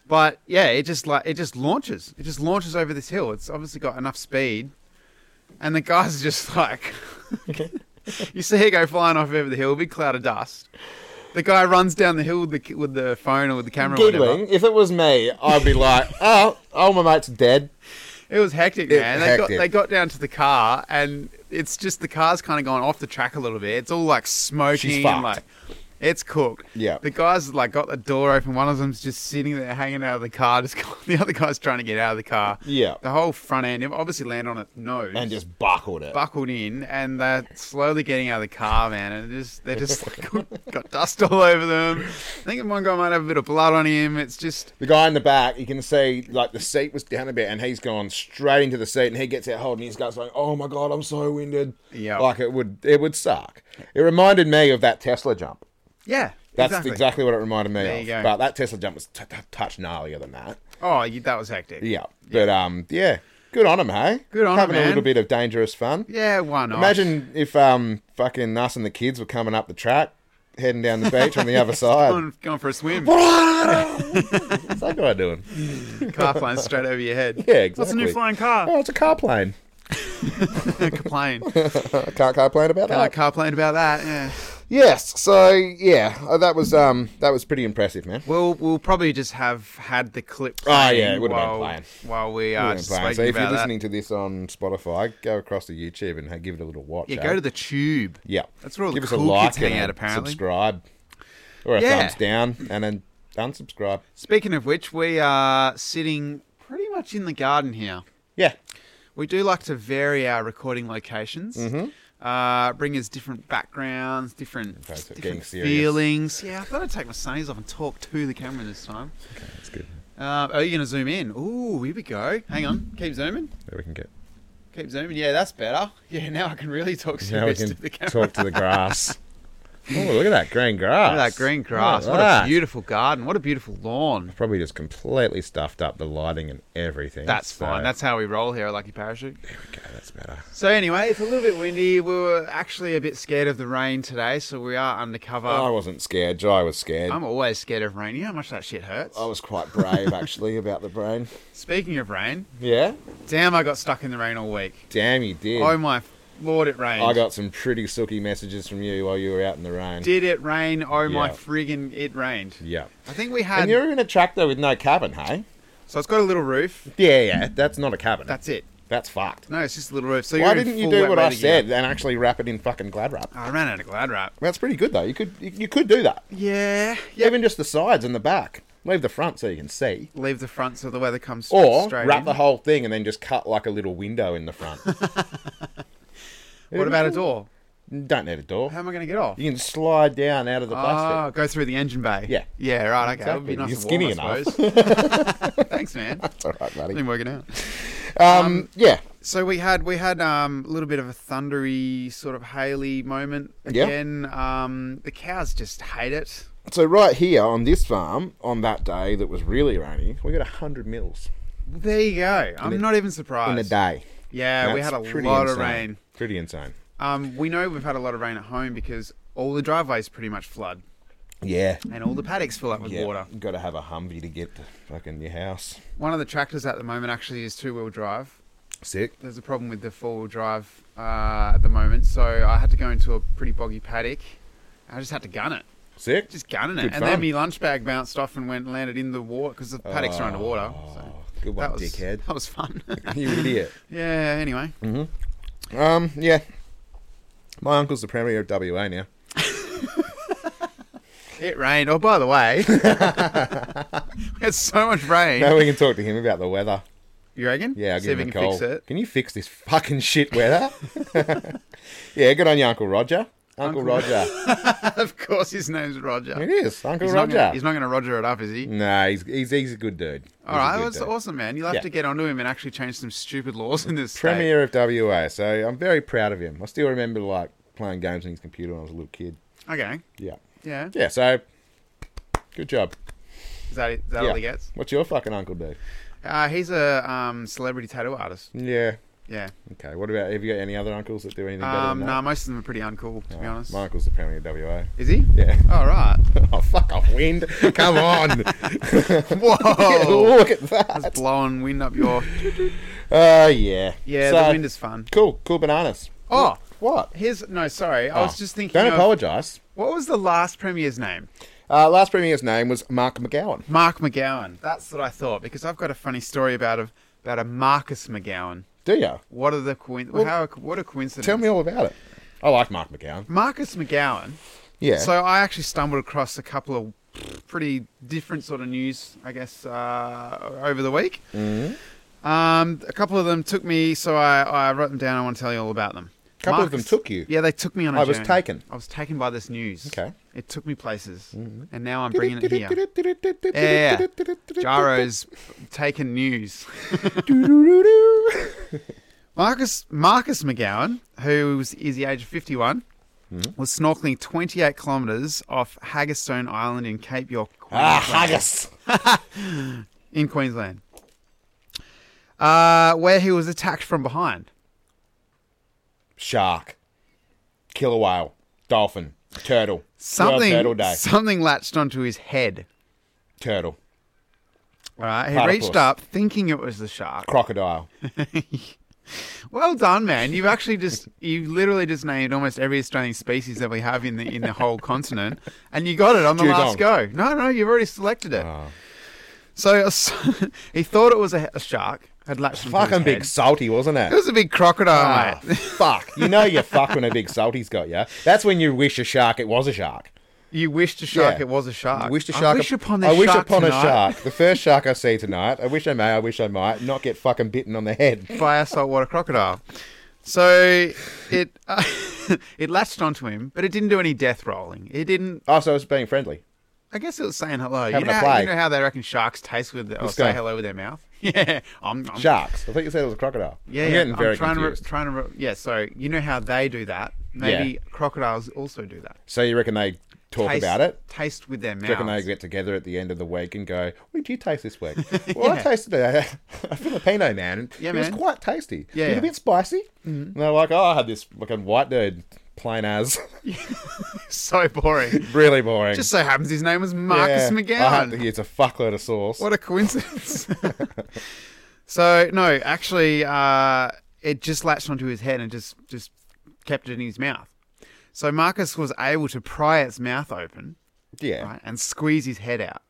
Speaker 2: But yeah, it just like, it just launches. It just launches over this hill. It's obviously got enough speed. And the guy's just like, you see it go flying off over the hill, big cloud of dust. The guy runs down the hill with the, with the phone or with the camera or whatever.
Speaker 4: Giggling. If it was me, I'd be like, oh, oh, my mate's dead.
Speaker 2: It was hectic,
Speaker 4: It
Speaker 2: man.
Speaker 4: was
Speaker 2: they got
Speaker 4: hectic.
Speaker 2: they got down to the car and it's just the car's kind of gone off the track a little bit. It's all like smoking,
Speaker 4: She's
Speaker 2: and,
Speaker 4: fucked.
Speaker 2: like it's cooked.
Speaker 4: Yeah.
Speaker 2: the guys like got the door open. One of them's just sitting there hanging out of the car. Just the other guy's trying to get out of the car.
Speaker 4: Yeah.
Speaker 2: the whole front end it obviously landed on its nose
Speaker 4: and just buckled it.
Speaker 2: buckled in and they're slowly getting out of the car, man. And it just they're just got, got dust all over them. I think one guy might have a bit of blood on him. It's just
Speaker 4: The guy in the back, you can see like the seat was down a bit, and he's gone straight into the seat, and he gets out holding his guts, like, "Oh my god, I'm so winded."
Speaker 2: Yeah.
Speaker 4: like it would, it would suck. It reminded me of that Tesla jump.
Speaker 2: yeah,
Speaker 4: That's
Speaker 2: exactly.
Speaker 4: exactly, what it reminded me
Speaker 2: There
Speaker 4: of.
Speaker 2: you go.
Speaker 4: But that Tesla jump was t- t- touch gnarlier than that.
Speaker 2: Oh, you, that was hectic.
Speaker 4: Yeah, but um, yeah, good on him, hey.
Speaker 2: Good on 'em,
Speaker 4: having
Speaker 2: man.
Speaker 4: a little bit of dangerous fun.
Speaker 2: yeah, why not?
Speaker 4: Imagine if um, fucking us and the kids were coming up the track, heading down the beach on the other side.
Speaker 2: going, going for a swim,
Speaker 4: What's that guy doing?
Speaker 2: car flying straight over your head.
Speaker 4: Yeah, exactly.
Speaker 2: What's a new flying car?
Speaker 4: Oh, it's a car plane.
Speaker 2: Complain.
Speaker 4: I can't complain about
Speaker 2: Uh,
Speaker 4: that.
Speaker 2: complain about that. Yeah.
Speaker 4: Yes. So yeah, uh, that was um that was pretty impressive, man.
Speaker 2: We'll we'll probably just have had the clip.
Speaker 4: Oh, yeah, it
Speaker 2: playing
Speaker 4: would've been
Speaker 2: while-
Speaker 4: playing.
Speaker 2: while we are
Speaker 4: Brilliant
Speaker 2: just
Speaker 4: plan.
Speaker 2: speaking
Speaker 4: So if
Speaker 2: about
Speaker 4: you're
Speaker 2: that.
Speaker 4: listening to this on Spotify, go across to YouTube and ha- give it a little watch.
Speaker 2: Yeah,
Speaker 4: eh?
Speaker 2: go to the tube.
Speaker 4: yeah.
Speaker 2: That's where all
Speaker 4: give
Speaker 2: the
Speaker 4: us a
Speaker 2: cool
Speaker 4: like
Speaker 2: kids hang
Speaker 4: and a
Speaker 2: out, apparently.
Speaker 4: subscribe or a
Speaker 2: Yeah.
Speaker 4: thumbs down and then unsubscribe.
Speaker 2: Speaking of which, we are sitting pretty much in the garden here.
Speaker 4: Yeah.
Speaker 2: We do like to vary our recording locations,
Speaker 4: Mm-hmm.
Speaker 2: uh, bring us different backgrounds, different,
Speaker 4: Okay, so getting
Speaker 2: different
Speaker 4: serious.
Speaker 2: feelings. Yeah, I thought I'd take my sunnies off and talk to the camera this time.
Speaker 4: That's good.
Speaker 2: Uh, are you going to zoom in? Ooh, here we go. Hang on. Keep zooming.
Speaker 4: There we can get.
Speaker 2: Keep zooming. Yeah, that's better. Yeah, now I can really talk
Speaker 4: Now we
Speaker 2: serious
Speaker 4: can
Speaker 2: to the camera.
Speaker 4: talk to the grass. oh, look at that green grass.
Speaker 2: Look at that green grass.
Speaker 4: Look
Speaker 2: What
Speaker 4: at
Speaker 2: a
Speaker 4: that.
Speaker 2: beautiful garden. What a beautiful lawn.
Speaker 4: Probably just completely stuffed up the lighting and everything.
Speaker 2: That's
Speaker 4: so-
Speaker 2: fine. That's how we roll here at Lucky Parachute.
Speaker 4: there we go. That's better.
Speaker 2: So anyway, it's a little bit windy. We were actually a bit scared of the rain today, so we are undercover.
Speaker 4: I wasn't scared. Jai was scared.
Speaker 2: Uh, I'm always scared of rain. You know how much that shit hurts.
Speaker 4: I was quite brave actually about the brain.
Speaker 2: Speaking of rain,
Speaker 4: Yeah.
Speaker 2: damn, I got stuck in the rain all week.
Speaker 4: Damn, you did.
Speaker 2: Oh my lord, it rained.
Speaker 4: I got some pretty sooky messages from you while you were out in the rain.
Speaker 2: Did it rain? Oh my
Speaker 4: Yeah.
Speaker 2: friggin', it rained.
Speaker 4: yeah.
Speaker 2: I think we
Speaker 4: And
Speaker 2: had.
Speaker 4: you're in a tractor with no cabin, hey?
Speaker 2: So it's got a little roof.
Speaker 4: Yeah, yeah. That's not a cabin.
Speaker 2: That's it.
Speaker 4: That's fucked.
Speaker 2: No, it's just a little roof. So
Speaker 4: Why
Speaker 2: you're in
Speaker 4: didn't you
Speaker 2: full
Speaker 4: do
Speaker 2: wet
Speaker 4: what I
Speaker 2: weather gear. Oh,
Speaker 4: said and actually wrap it in fucking glad wrap?
Speaker 2: I ran out of glad wrap.
Speaker 4: That's pretty good though. You could you, you could do that.
Speaker 2: Yeah. Yeah.
Speaker 4: Even just the sides and the back. Leave the front so you can see.
Speaker 2: Leave the front so the weather comes
Speaker 4: Or
Speaker 2: straight
Speaker 4: wrap
Speaker 2: in.
Speaker 4: the whole thing and then just cut like a little window in the front.
Speaker 2: What about a door?
Speaker 4: Don't need a door.
Speaker 2: How am I going to get off?
Speaker 4: You can slide down out of the plastic.
Speaker 2: Oh, go through the engine bay.
Speaker 4: Yeah.
Speaker 2: Yeah, right, okay. That would be nice
Speaker 4: Exactly. You're
Speaker 2: and warm, I suppose. Thanks, man.
Speaker 4: It's all right, buddy.
Speaker 2: Been working out.
Speaker 4: Um, yeah,
Speaker 2: So we had we had um, a little bit of a thundery sort of haily moment
Speaker 4: Yeah.
Speaker 2: again. Um, the cows just hate it.
Speaker 4: So right here on this farm, on that day that was really rainy, we got hundred mils
Speaker 2: There you go. I'm
Speaker 4: a-
Speaker 2: not even surprised.
Speaker 4: in a day.
Speaker 2: Yeah, we
Speaker 4: That's
Speaker 2: had a
Speaker 4: pretty
Speaker 2: lot of
Speaker 4: insane.
Speaker 2: rain.
Speaker 4: Pretty insane.
Speaker 2: Um, we know we've had a lot of rain at home because all the driveways pretty much flood
Speaker 4: Yeah.
Speaker 2: and all the paddocks fill up with
Speaker 4: Mm. yeah.
Speaker 2: water.
Speaker 4: Got to have a Humvee to get to fucking your house.
Speaker 2: One of the tractors at the moment actually is two wheel drive.
Speaker 4: Sick.
Speaker 2: there's a problem with the four wheel drive uh, at the moment, so I had to go into a pretty boggy paddock. I just had to gun it,
Speaker 4: Sick.
Speaker 2: just gunning it,
Speaker 4: Good
Speaker 2: and then
Speaker 4: fun.
Speaker 2: my lunch bag bounced off and went and landed in the water because the paddocks are underwater. So
Speaker 4: Oh, good one,
Speaker 2: that was
Speaker 4: dickhead.
Speaker 2: that was fun.
Speaker 4: you idiot.
Speaker 2: yeah. Anyway,
Speaker 4: Um, yeah. My uncle's the premier of WA now.
Speaker 2: it rained. Oh, by the way, we had so much rain.
Speaker 4: Now we can talk to him about the weather.
Speaker 2: You reckon?
Speaker 4: Yeah, I'll
Speaker 2: See if
Speaker 4: give
Speaker 2: we
Speaker 4: him a
Speaker 2: can
Speaker 4: call.
Speaker 2: fix it.
Speaker 4: Can you fix this fucking shit weather? yeah, good on you, Uncle Roger. Uncle,
Speaker 2: Uncle-
Speaker 4: Roger.
Speaker 2: of course, his name's Roger.
Speaker 4: it is, Uncle
Speaker 2: He's not
Speaker 4: Roger.
Speaker 2: gonna- he's not going to Roger it up, is he?
Speaker 4: Nah, he's, he's he's a good dude. He's
Speaker 2: All
Speaker 4: a
Speaker 2: right,
Speaker 4: good
Speaker 2: well, that's
Speaker 4: dude.
Speaker 2: awesome, man. You'll have
Speaker 4: Yeah.
Speaker 2: to get onto him and actually change some stupid laws in this state.
Speaker 4: Premier of WA, so I'm very proud of him. I still remember like playing games on his computer when I was a little kid.
Speaker 2: Okay.
Speaker 4: Yeah,
Speaker 2: Yeah.
Speaker 4: yeah. So good job.
Speaker 2: Is that, it- is that
Speaker 4: yeah.
Speaker 2: all he gets?
Speaker 4: What's your fucking uncle do?
Speaker 2: Uh, he's a um, celebrity tattoo artist.
Speaker 4: Yeah.
Speaker 2: Yeah.
Speaker 4: Okay. What about have you got any other uncles that do anything better
Speaker 2: Um,
Speaker 4: than
Speaker 2: no,
Speaker 4: that?
Speaker 2: most of them are pretty uncool, to be
Speaker 4: Oh,
Speaker 2: honest.
Speaker 4: My uncle's the premier of WA.
Speaker 2: Is he?
Speaker 4: Yeah.
Speaker 2: All right.
Speaker 4: oh fuck off, wind! Come
Speaker 2: Whoa.
Speaker 4: on! Look at that.
Speaker 2: Oh. That's blowing wind up your.
Speaker 4: Uh, yeah.
Speaker 2: Yeah,
Speaker 4: So,
Speaker 2: the wind is fun.
Speaker 4: cool. Cool bananas.
Speaker 2: Oh,
Speaker 4: What?
Speaker 2: here's no. Sorry, I was
Speaker 4: Oh,
Speaker 2: just thinking.
Speaker 4: Don't
Speaker 2: of-
Speaker 4: apologise.
Speaker 2: What was the last premier's name?
Speaker 4: Uh, last premier's name was Mark McGowan.
Speaker 2: Mark McGowan. That's what I thought because I've got a funny story about a about a Marcus McGowan.
Speaker 4: Do you?
Speaker 2: What are the coin?
Speaker 4: Well,
Speaker 2: how? What a coincidence!
Speaker 4: Tell me all about it. I like Mark McGowan.
Speaker 2: Marcus McGowan.
Speaker 4: Yeah.
Speaker 2: So I actually stumbled across a couple of pretty different sort of news, I guess, uh, over the week.
Speaker 4: Mhm.
Speaker 2: Um, a couple of them took me, so I, I wrote them down. I want to tell you all about them.
Speaker 4: a couple of them took you.
Speaker 2: Yeah, they took me on a
Speaker 4: I was
Speaker 2: journey.
Speaker 4: taken.
Speaker 2: I was taken by this news.
Speaker 4: Okay. Mm-hmm.
Speaker 2: It took me places, and now I'm bringing it here.
Speaker 4: Yeah,
Speaker 2: Yeah, Gyro's taken news. Marcus Marcus McGowan, who is is the age of 51,
Speaker 4: Hmm?
Speaker 2: was snorkeling 28 kilometres off Haggerstone Island in Cape York,
Speaker 4: Ah,
Speaker 2: Queensland,
Speaker 4: haggis.
Speaker 2: in Queensland, uh, where he was attacked from behind.
Speaker 4: Shark. Killer whale. Dolphin. Turtle.
Speaker 2: Something
Speaker 4: World turtle day.
Speaker 2: something latched onto his head.
Speaker 4: Turtle.
Speaker 2: All right, he
Speaker 4: Platypus.
Speaker 2: reached up thinking it was the shark.
Speaker 4: Crocodile.
Speaker 2: Well done, man. You've actually just you literally just named almost every Australian species that we have in the in the whole continent, and you got it on the
Speaker 4: Dugong.
Speaker 2: last go. No, no, you've already selected it.
Speaker 4: Ah.
Speaker 2: So uh, he thought it was a, a shark had latched onto his
Speaker 4: Fucking big
Speaker 2: head.
Speaker 4: salty, wasn't
Speaker 2: It was a big crocodile,
Speaker 4: Ah,
Speaker 2: mate.
Speaker 4: fuck. You know you're fucked when a big salty's got you. That's when you wish a shark it was a shark.
Speaker 2: You wished a shark.
Speaker 4: Yeah.
Speaker 2: It was a shark.
Speaker 4: I wish the
Speaker 2: I
Speaker 4: shark.
Speaker 2: wish upon
Speaker 4: I
Speaker 2: this
Speaker 4: wish
Speaker 2: shark
Speaker 4: upon
Speaker 2: tonight
Speaker 4: a shark. The first shark I see tonight. I wish I may. I wish I might not get fucking bitten on the head.
Speaker 2: by a saltwater crocodile. So it uh, it latched onto him, but it didn't do any death rolling. It didn't
Speaker 4: Oh, so it's being friendly.
Speaker 2: I guess it was saying hello. You
Speaker 4: Having
Speaker 2: know,
Speaker 4: a
Speaker 2: how, you
Speaker 4: play.
Speaker 2: know how they reckon sharks taste with or
Speaker 4: Let's
Speaker 2: say
Speaker 4: go.
Speaker 2: hello with their mouth. Yeah, I'm, I'm
Speaker 4: Sharks. I thought you said it was a crocodile.
Speaker 2: Yeah,
Speaker 4: I'm
Speaker 2: yeah.
Speaker 4: Getting
Speaker 2: I'm
Speaker 4: very
Speaker 2: trying
Speaker 4: confused.
Speaker 2: to re- trying to re- yeah. So you know how they do that. Maybe crocodiles also do that.
Speaker 4: so you reckon they talk
Speaker 2: taste,
Speaker 4: about it?
Speaker 2: Taste with their mouth.
Speaker 4: Do you reckon they get together at the end of the week and go, "What did you taste this week?" Well, I tasted a, a Filipino man. And
Speaker 2: Yeah,
Speaker 4: it was
Speaker 2: man.
Speaker 4: quite tasty.
Speaker 2: Yeah,
Speaker 4: it was
Speaker 2: yeah. Mm.
Speaker 4: a bit spicy. And they're like, "Oh, I had this fucking white dude, plain as,
Speaker 2: so boring.
Speaker 4: really boring."
Speaker 2: Just so happens his name was Marcus
Speaker 4: Yeah. I had to
Speaker 2: McGowan.
Speaker 4: use a fuckload of sauce.
Speaker 2: What a coincidence. so no, actually, uh, it just latched onto his head and just just kept it in his mouth. So Marcus was able to pry its mouth open.
Speaker 4: yeah.
Speaker 2: right, and squeeze his head out.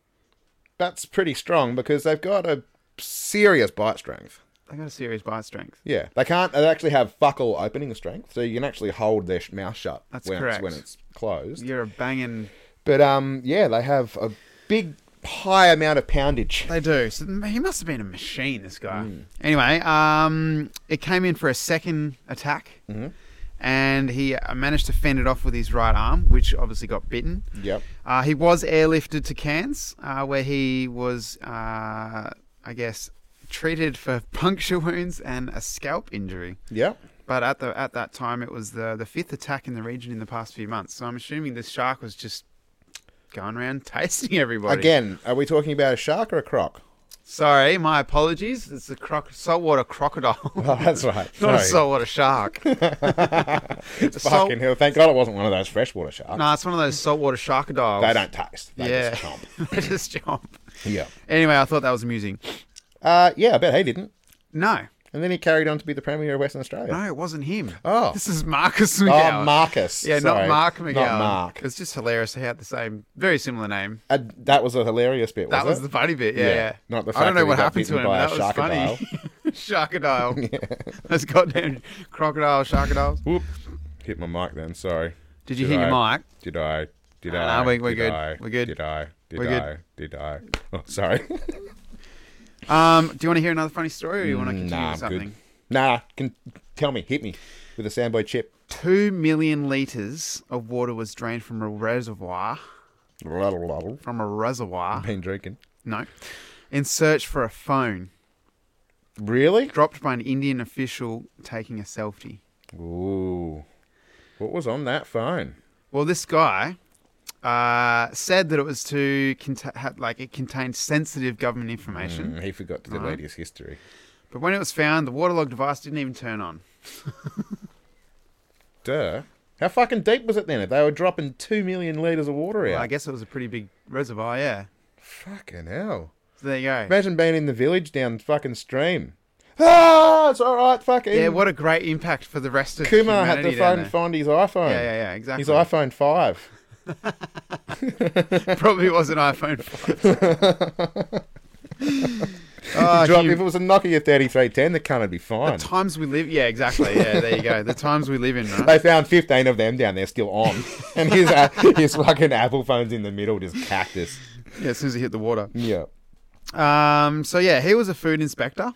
Speaker 4: that's pretty strong because they've got a serious bite strength.
Speaker 2: They got a serious bite strength.
Speaker 4: Yeah, they can't. They actually have fuck all opening strength, so you can actually hold their sh- mouth shut
Speaker 2: That's
Speaker 4: when
Speaker 2: correct.
Speaker 4: it's when it's closed.
Speaker 2: You're a banging.
Speaker 4: But um, yeah, they have a big high amount of poundage.
Speaker 2: They do. So he must have been a machine, this guy. Anyway, um, it came in for a second attack, and he uh, managed to fend it off with his right arm, which obviously got bitten.
Speaker 4: Yep.
Speaker 2: Uh, he was airlifted to Cairns, uh, where he was, uh, I guess, treated for puncture wounds and a scalp injury.
Speaker 4: Yep.
Speaker 2: But at the at that time, it was the the fifth attack in the region in the past few months. So I'm assuming this shark was just going around tasting everybody.
Speaker 4: Again, are we talking about a shark or a croc?
Speaker 2: sorry, my apologies. It's a croc- saltwater crocodile,
Speaker 4: Oh, that's right.
Speaker 2: not a
Speaker 4: Sorry.
Speaker 2: saltwater shark. no,
Speaker 4: It's
Speaker 2: salt-
Speaker 4: fucking hell. Thank God it wasn't one of those freshwater sharks.
Speaker 2: it's one of those saltwater sharkadiles.
Speaker 4: They don't taste. They
Speaker 2: yeah,
Speaker 4: just chomp.
Speaker 2: they just chomp.
Speaker 4: Yeah.
Speaker 2: Anyway, I thought that was amusing.
Speaker 4: Uh, yeah, I bet he didn't.
Speaker 2: No,
Speaker 4: And then he carried on to be the Premier of Western Australia.
Speaker 2: no, it wasn't him.
Speaker 4: Oh.
Speaker 2: this is Marcus
Speaker 4: Oh,
Speaker 2: McGowan.
Speaker 4: Marcus.
Speaker 2: Yeah,
Speaker 4: Sorry.
Speaker 2: not Mark McGowan.
Speaker 4: Not Mark.
Speaker 2: It's just hilarious. They had the same, very similar name.
Speaker 4: Uh, that was a hilarious bit. Was
Speaker 2: That was
Speaker 4: it?
Speaker 2: the funny bit, yeah.
Speaker 4: Yeah.
Speaker 2: yeah.
Speaker 4: Not the
Speaker 2: I don't
Speaker 4: fact that
Speaker 2: know
Speaker 4: he
Speaker 2: what
Speaker 4: got
Speaker 2: happened to
Speaker 4: bitten
Speaker 2: him.
Speaker 4: by a
Speaker 2: That was funny. Sharkadile. That's goddamn crocodile sharkadiles.
Speaker 4: Whoop! Hit my mic then. Sorry.
Speaker 2: Did you
Speaker 4: Did
Speaker 2: hear your
Speaker 4: I-
Speaker 2: mic?
Speaker 4: Did I? Did
Speaker 2: No,
Speaker 4: I?
Speaker 2: no, we- we're
Speaker 4: did
Speaker 2: good.
Speaker 4: I,
Speaker 2: We're good.
Speaker 4: Did I? Did
Speaker 2: We're
Speaker 4: I? Did I? Oh, sorry.
Speaker 2: Um, do you want to hear another funny story, or you want to continue
Speaker 4: Mm, nah,
Speaker 2: with
Speaker 4: I'm
Speaker 2: something?
Speaker 4: good. Nah, can tell me. Hit me with a Sambo chip.
Speaker 2: Two million liters of water was drained from a reservoir.
Speaker 4: Been
Speaker 2: From a reservoir.
Speaker 4: drinking.
Speaker 2: No. In search for a phone
Speaker 4: Really?
Speaker 2: dropped by an Indian official taking a selfie.
Speaker 4: Ooh. What was on that phone?
Speaker 2: Well, this guy uh, said that it was to conta- had- like it contained sensitive government information.
Speaker 4: Mm, he forgot to delete
Speaker 2: Right.
Speaker 4: his history.
Speaker 2: But when it was found, the waterlogged device didn't even turn on.
Speaker 4: Duh. How fucking deep was it then? If they were dropping two million liters of water out.
Speaker 2: Well, I guess it was a pretty big reservoir, yeah.
Speaker 4: Fucking hell.
Speaker 2: So there you go.
Speaker 4: Imagine being in the village down the fucking stream. Ah, it's all right, fucking.
Speaker 2: yeah, what a great impact for the rest of
Speaker 4: Kumar had
Speaker 2: humanity
Speaker 4: to
Speaker 2: down
Speaker 4: phone,
Speaker 2: there.
Speaker 4: find his iPhone.
Speaker 2: Yeah, yeah, yeah, exactly.
Speaker 4: His iPhone five.
Speaker 2: Probably was an iPhone. five. Oh,
Speaker 4: Drop-
Speaker 2: you-
Speaker 4: if it was a Nokia 3310, the cunt would be
Speaker 2: The
Speaker 4: fine.
Speaker 2: times we live. Yeah, exactly. Yeah, there you go. The times we live in, right?
Speaker 4: They found 15 of them down there still on. and his, uh, his fucking Apple phone's in the middle, just cactus.
Speaker 2: Yeah, as soon as he hit the water.
Speaker 4: Yeah.
Speaker 2: Um. So yeah, he was a food inspector.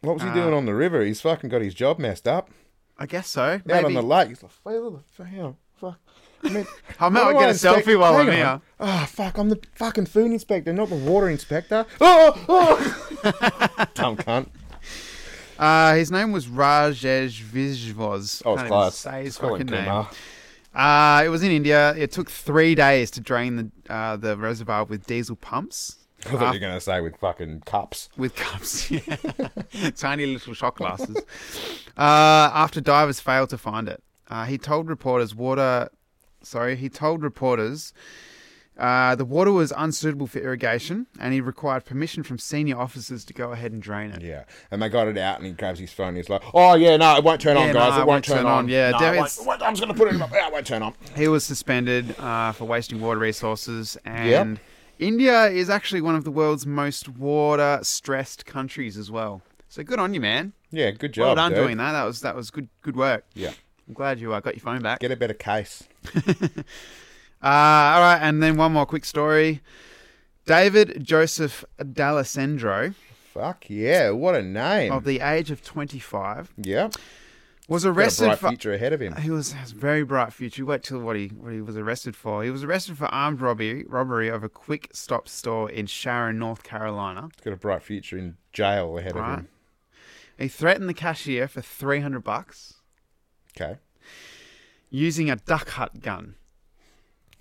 Speaker 4: What was he doing
Speaker 2: Ah.
Speaker 4: on the river? He's fucking got his job messed up.
Speaker 2: I guess so.
Speaker 4: Out on
Speaker 2: Maybe.
Speaker 4: the lake. He's like, where the fuck? hang on, fuck. I mean,
Speaker 2: I'm
Speaker 4: why
Speaker 2: out.
Speaker 4: do
Speaker 2: Get
Speaker 4: I
Speaker 2: a
Speaker 4: inspect-
Speaker 2: selfie while I'm
Speaker 4: hang
Speaker 2: here.
Speaker 4: on. Ah, fuck! I'm the fucking food inspector, not the water inspector. Oh, oh. dumb cunt.
Speaker 2: Uh, his name was Rajesh Vishwas.
Speaker 4: Oh,
Speaker 2: Can't
Speaker 4: it's
Speaker 2: even
Speaker 4: close.
Speaker 2: Say his
Speaker 4: Just call him
Speaker 2: fucking name.
Speaker 4: Kumar.
Speaker 2: Uh, it was in India. It took three days to drain the uh, the reservoir with diesel pumps.
Speaker 4: I thought you
Speaker 2: Ah.
Speaker 4: were gonna say with fucking cups.
Speaker 2: with cups, yeah. tiny little shot glasses. Uh, after divers failed to find it, uh, he told reporters water. Sorry, he told reporters uh, the water was unsuitable for irrigation, and he required permission from senior officers to go ahead and drain it.
Speaker 4: Yeah, and they got it out, and he grabs his phone. He's like, "Oh yeah, no, it won't turn
Speaker 2: Yeah,
Speaker 4: on,
Speaker 2: no,
Speaker 4: guys.
Speaker 2: it
Speaker 4: it won't turn, on.
Speaker 2: Yeah,
Speaker 4: no,
Speaker 2: damn
Speaker 4: it
Speaker 2: it.
Speaker 4: won't- it won't- I'm just gonna put it up. Yeah, it won't turn on.
Speaker 2: He was suspended uh, for wasting water resources, and
Speaker 4: Yep.
Speaker 2: India is actually one of the world's most water-stressed countries as well. So good on you, man.
Speaker 4: Yeah, good job.
Speaker 2: Well done
Speaker 4: dude.
Speaker 2: doing that. That was that was good good work.
Speaker 4: Yeah,
Speaker 2: I'm glad you uh, got your phone back.
Speaker 4: get a better case.
Speaker 2: Uh, all right, and then one more quick story. David Joseph D'Alessandro,
Speaker 4: Fuck yeah, what a name.
Speaker 2: of the age of 25,
Speaker 4: yeah,
Speaker 2: was
Speaker 4: Hmm. got a
Speaker 2: arrested
Speaker 4: bright
Speaker 2: for.
Speaker 4: future ahead of him.
Speaker 2: He was has a very bright future. Wait till what he what he was arrested for. He was arrested for armed robbery robbery of a quick stop store in Sharon, North Carolina.
Speaker 4: He's got a bright future in jail ahead of
Speaker 2: Right.
Speaker 4: him.
Speaker 2: He threatened the cashier for 300 bucks
Speaker 4: Okay,
Speaker 2: using a duck hunt gun.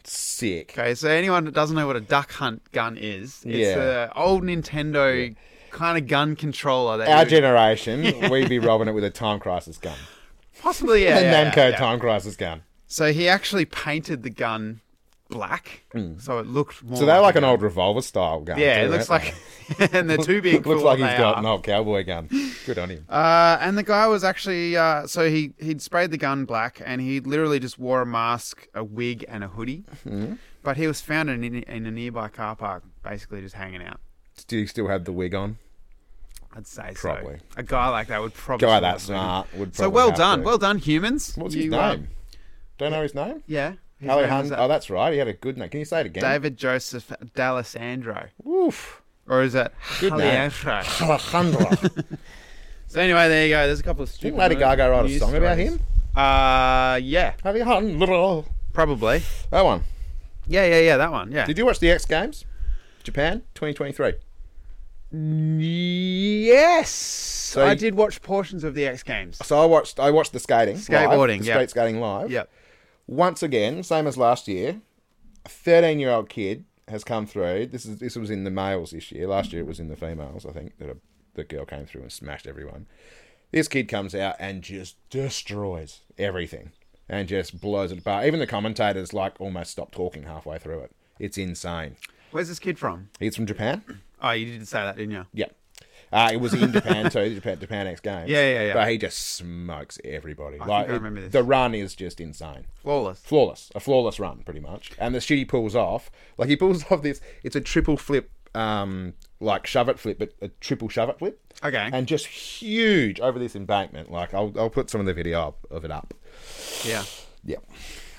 Speaker 4: sick.
Speaker 2: Okay, so anyone that doesn't know what a duck hunt gun is, it's
Speaker 4: Yeah.
Speaker 2: a old Nintendo kind of gun controller. That
Speaker 4: our
Speaker 2: you-
Speaker 4: generation, we'd be robbing it with a time crisis gun.
Speaker 2: Possibly, yeah.
Speaker 4: a
Speaker 2: yeah,
Speaker 4: Namco
Speaker 2: yeah, yeah.
Speaker 4: time crisis gun.
Speaker 2: So he actually painted the gun black, so it looked more.
Speaker 4: Hmm. So they're like
Speaker 2: a
Speaker 4: an
Speaker 2: gun.
Speaker 4: old revolver style gun.
Speaker 2: Yeah, it
Speaker 4: too,
Speaker 2: looks
Speaker 4: aren't
Speaker 2: like, and they're too
Speaker 4: they?
Speaker 2: big. for
Speaker 4: looks
Speaker 2: what
Speaker 4: like he's
Speaker 2: they
Speaker 4: got
Speaker 2: are.
Speaker 4: an old cowboy gun. Good on him.
Speaker 2: Uh, and the guy was actually uh, so he he'd sprayed the gun black, and he literally just wore a mask, a wig, and a hoodie.
Speaker 4: Mm-hmm.
Speaker 2: But he was found in, in a nearby car park, basically just hanging out.
Speaker 4: Do you still have the wig on?
Speaker 2: I'd say
Speaker 4: Probably.
Speaker 2: so. A guy like that would probably.
Speaker 4: Guy
Speaker 2: still
Speaker 4: that
Speaker 2: have a hoodie.
Speaker 4: smart would. Probably
Speaker 2: So well
Speaker 4: have
Speaker 2: done,
Speaker 4: to.
Speaker 2: well done, humans.
Speaker 4: What's
Speaker 2: You,
Speaker 4: his
Speaker 2: uh,
Speaker 4: name? Don't know his name.
Speaker 2: yeah, his name was,
Speaker 4: Alejandro.
Speaker 2: uh,
Speaker 4: Oh, that's right. He had a good name. Can you say it again?
Speaker 2: David Joseph D'Alessandro.
Speaker 4: Woof.
Speaker 2: Or is it
Speaker 4: Good name.
Speaker 2: Alejandro?
Speaker 4: Alejandro.
Speaker 2: So anyway, there you go. There's a couple of stupid.
Speaker 4: Didn't Lady
Speaker 2: news-
Speaker 4: Gaga write a
Speaker 2: news
Speaker 4: song about
Speaker 2: stories.
Speaker 4: him?
Speaker 2: Uh, yeah,
Speaker 4: Alejandro.
Speaker 2: probably.
Speaker 4: That one.
Speaker 2: Yeah, yeah, yeah. That one. Yeah.
Speaker 4: Did you watch the X Games? Japan 2023.
Speaker 2: Yes, I
Speaker 4: you-
Speaker 2: did watch portions of the X Games.
Speaker 4: So I watched. I watched the skating. live,
Speaker 2: Skateboarding,
Speaker 4: the
Speaker 2: yeah.
Speaker 4: Street skating live.
Speaker 2: Yep.
Speaker 4: once again, same as last year, a 13 year old kid has come through. This is this was in the males this year. Last year it was in the females, I think, that a, the girl came through and smashed everyone. This kid comes out and just destroys everything and just blows it apart. Even the commentators like almost stopped talking halfway through it. It's insane.
Speaker 2: Where's this kid from?
Speaker 4: He's from Japan.
Speaker 2: Oh, you did say that, didn't you?
Speaker 4: Yeah. Uh, it was in Japan too, the Japan, Japan X Games.
Speaker 2: Yeah, yeah, yeah.
Speaker 4: But he just smokes everybody.
Speaker 2: think
Speaker 4: like
Speaker 2: I
Speaker 4: it-
Speaker 2: remember this.
Speaker 4: the run is just insane
Speaker 2: Flawless.
Speaker 4: flawless, a flawless run, pretty much. And the shit he pulls off, like he pulls off this, it's a triple flip, um, like shove it flip, but a triple shove it flip.
Speaker 2: Okay.
Speaker 4: And just huge over this embankment. Like I'll, I'll put some of the video up, of it up.
Speaker 2: Yeah.
Speaker 4: Yeah,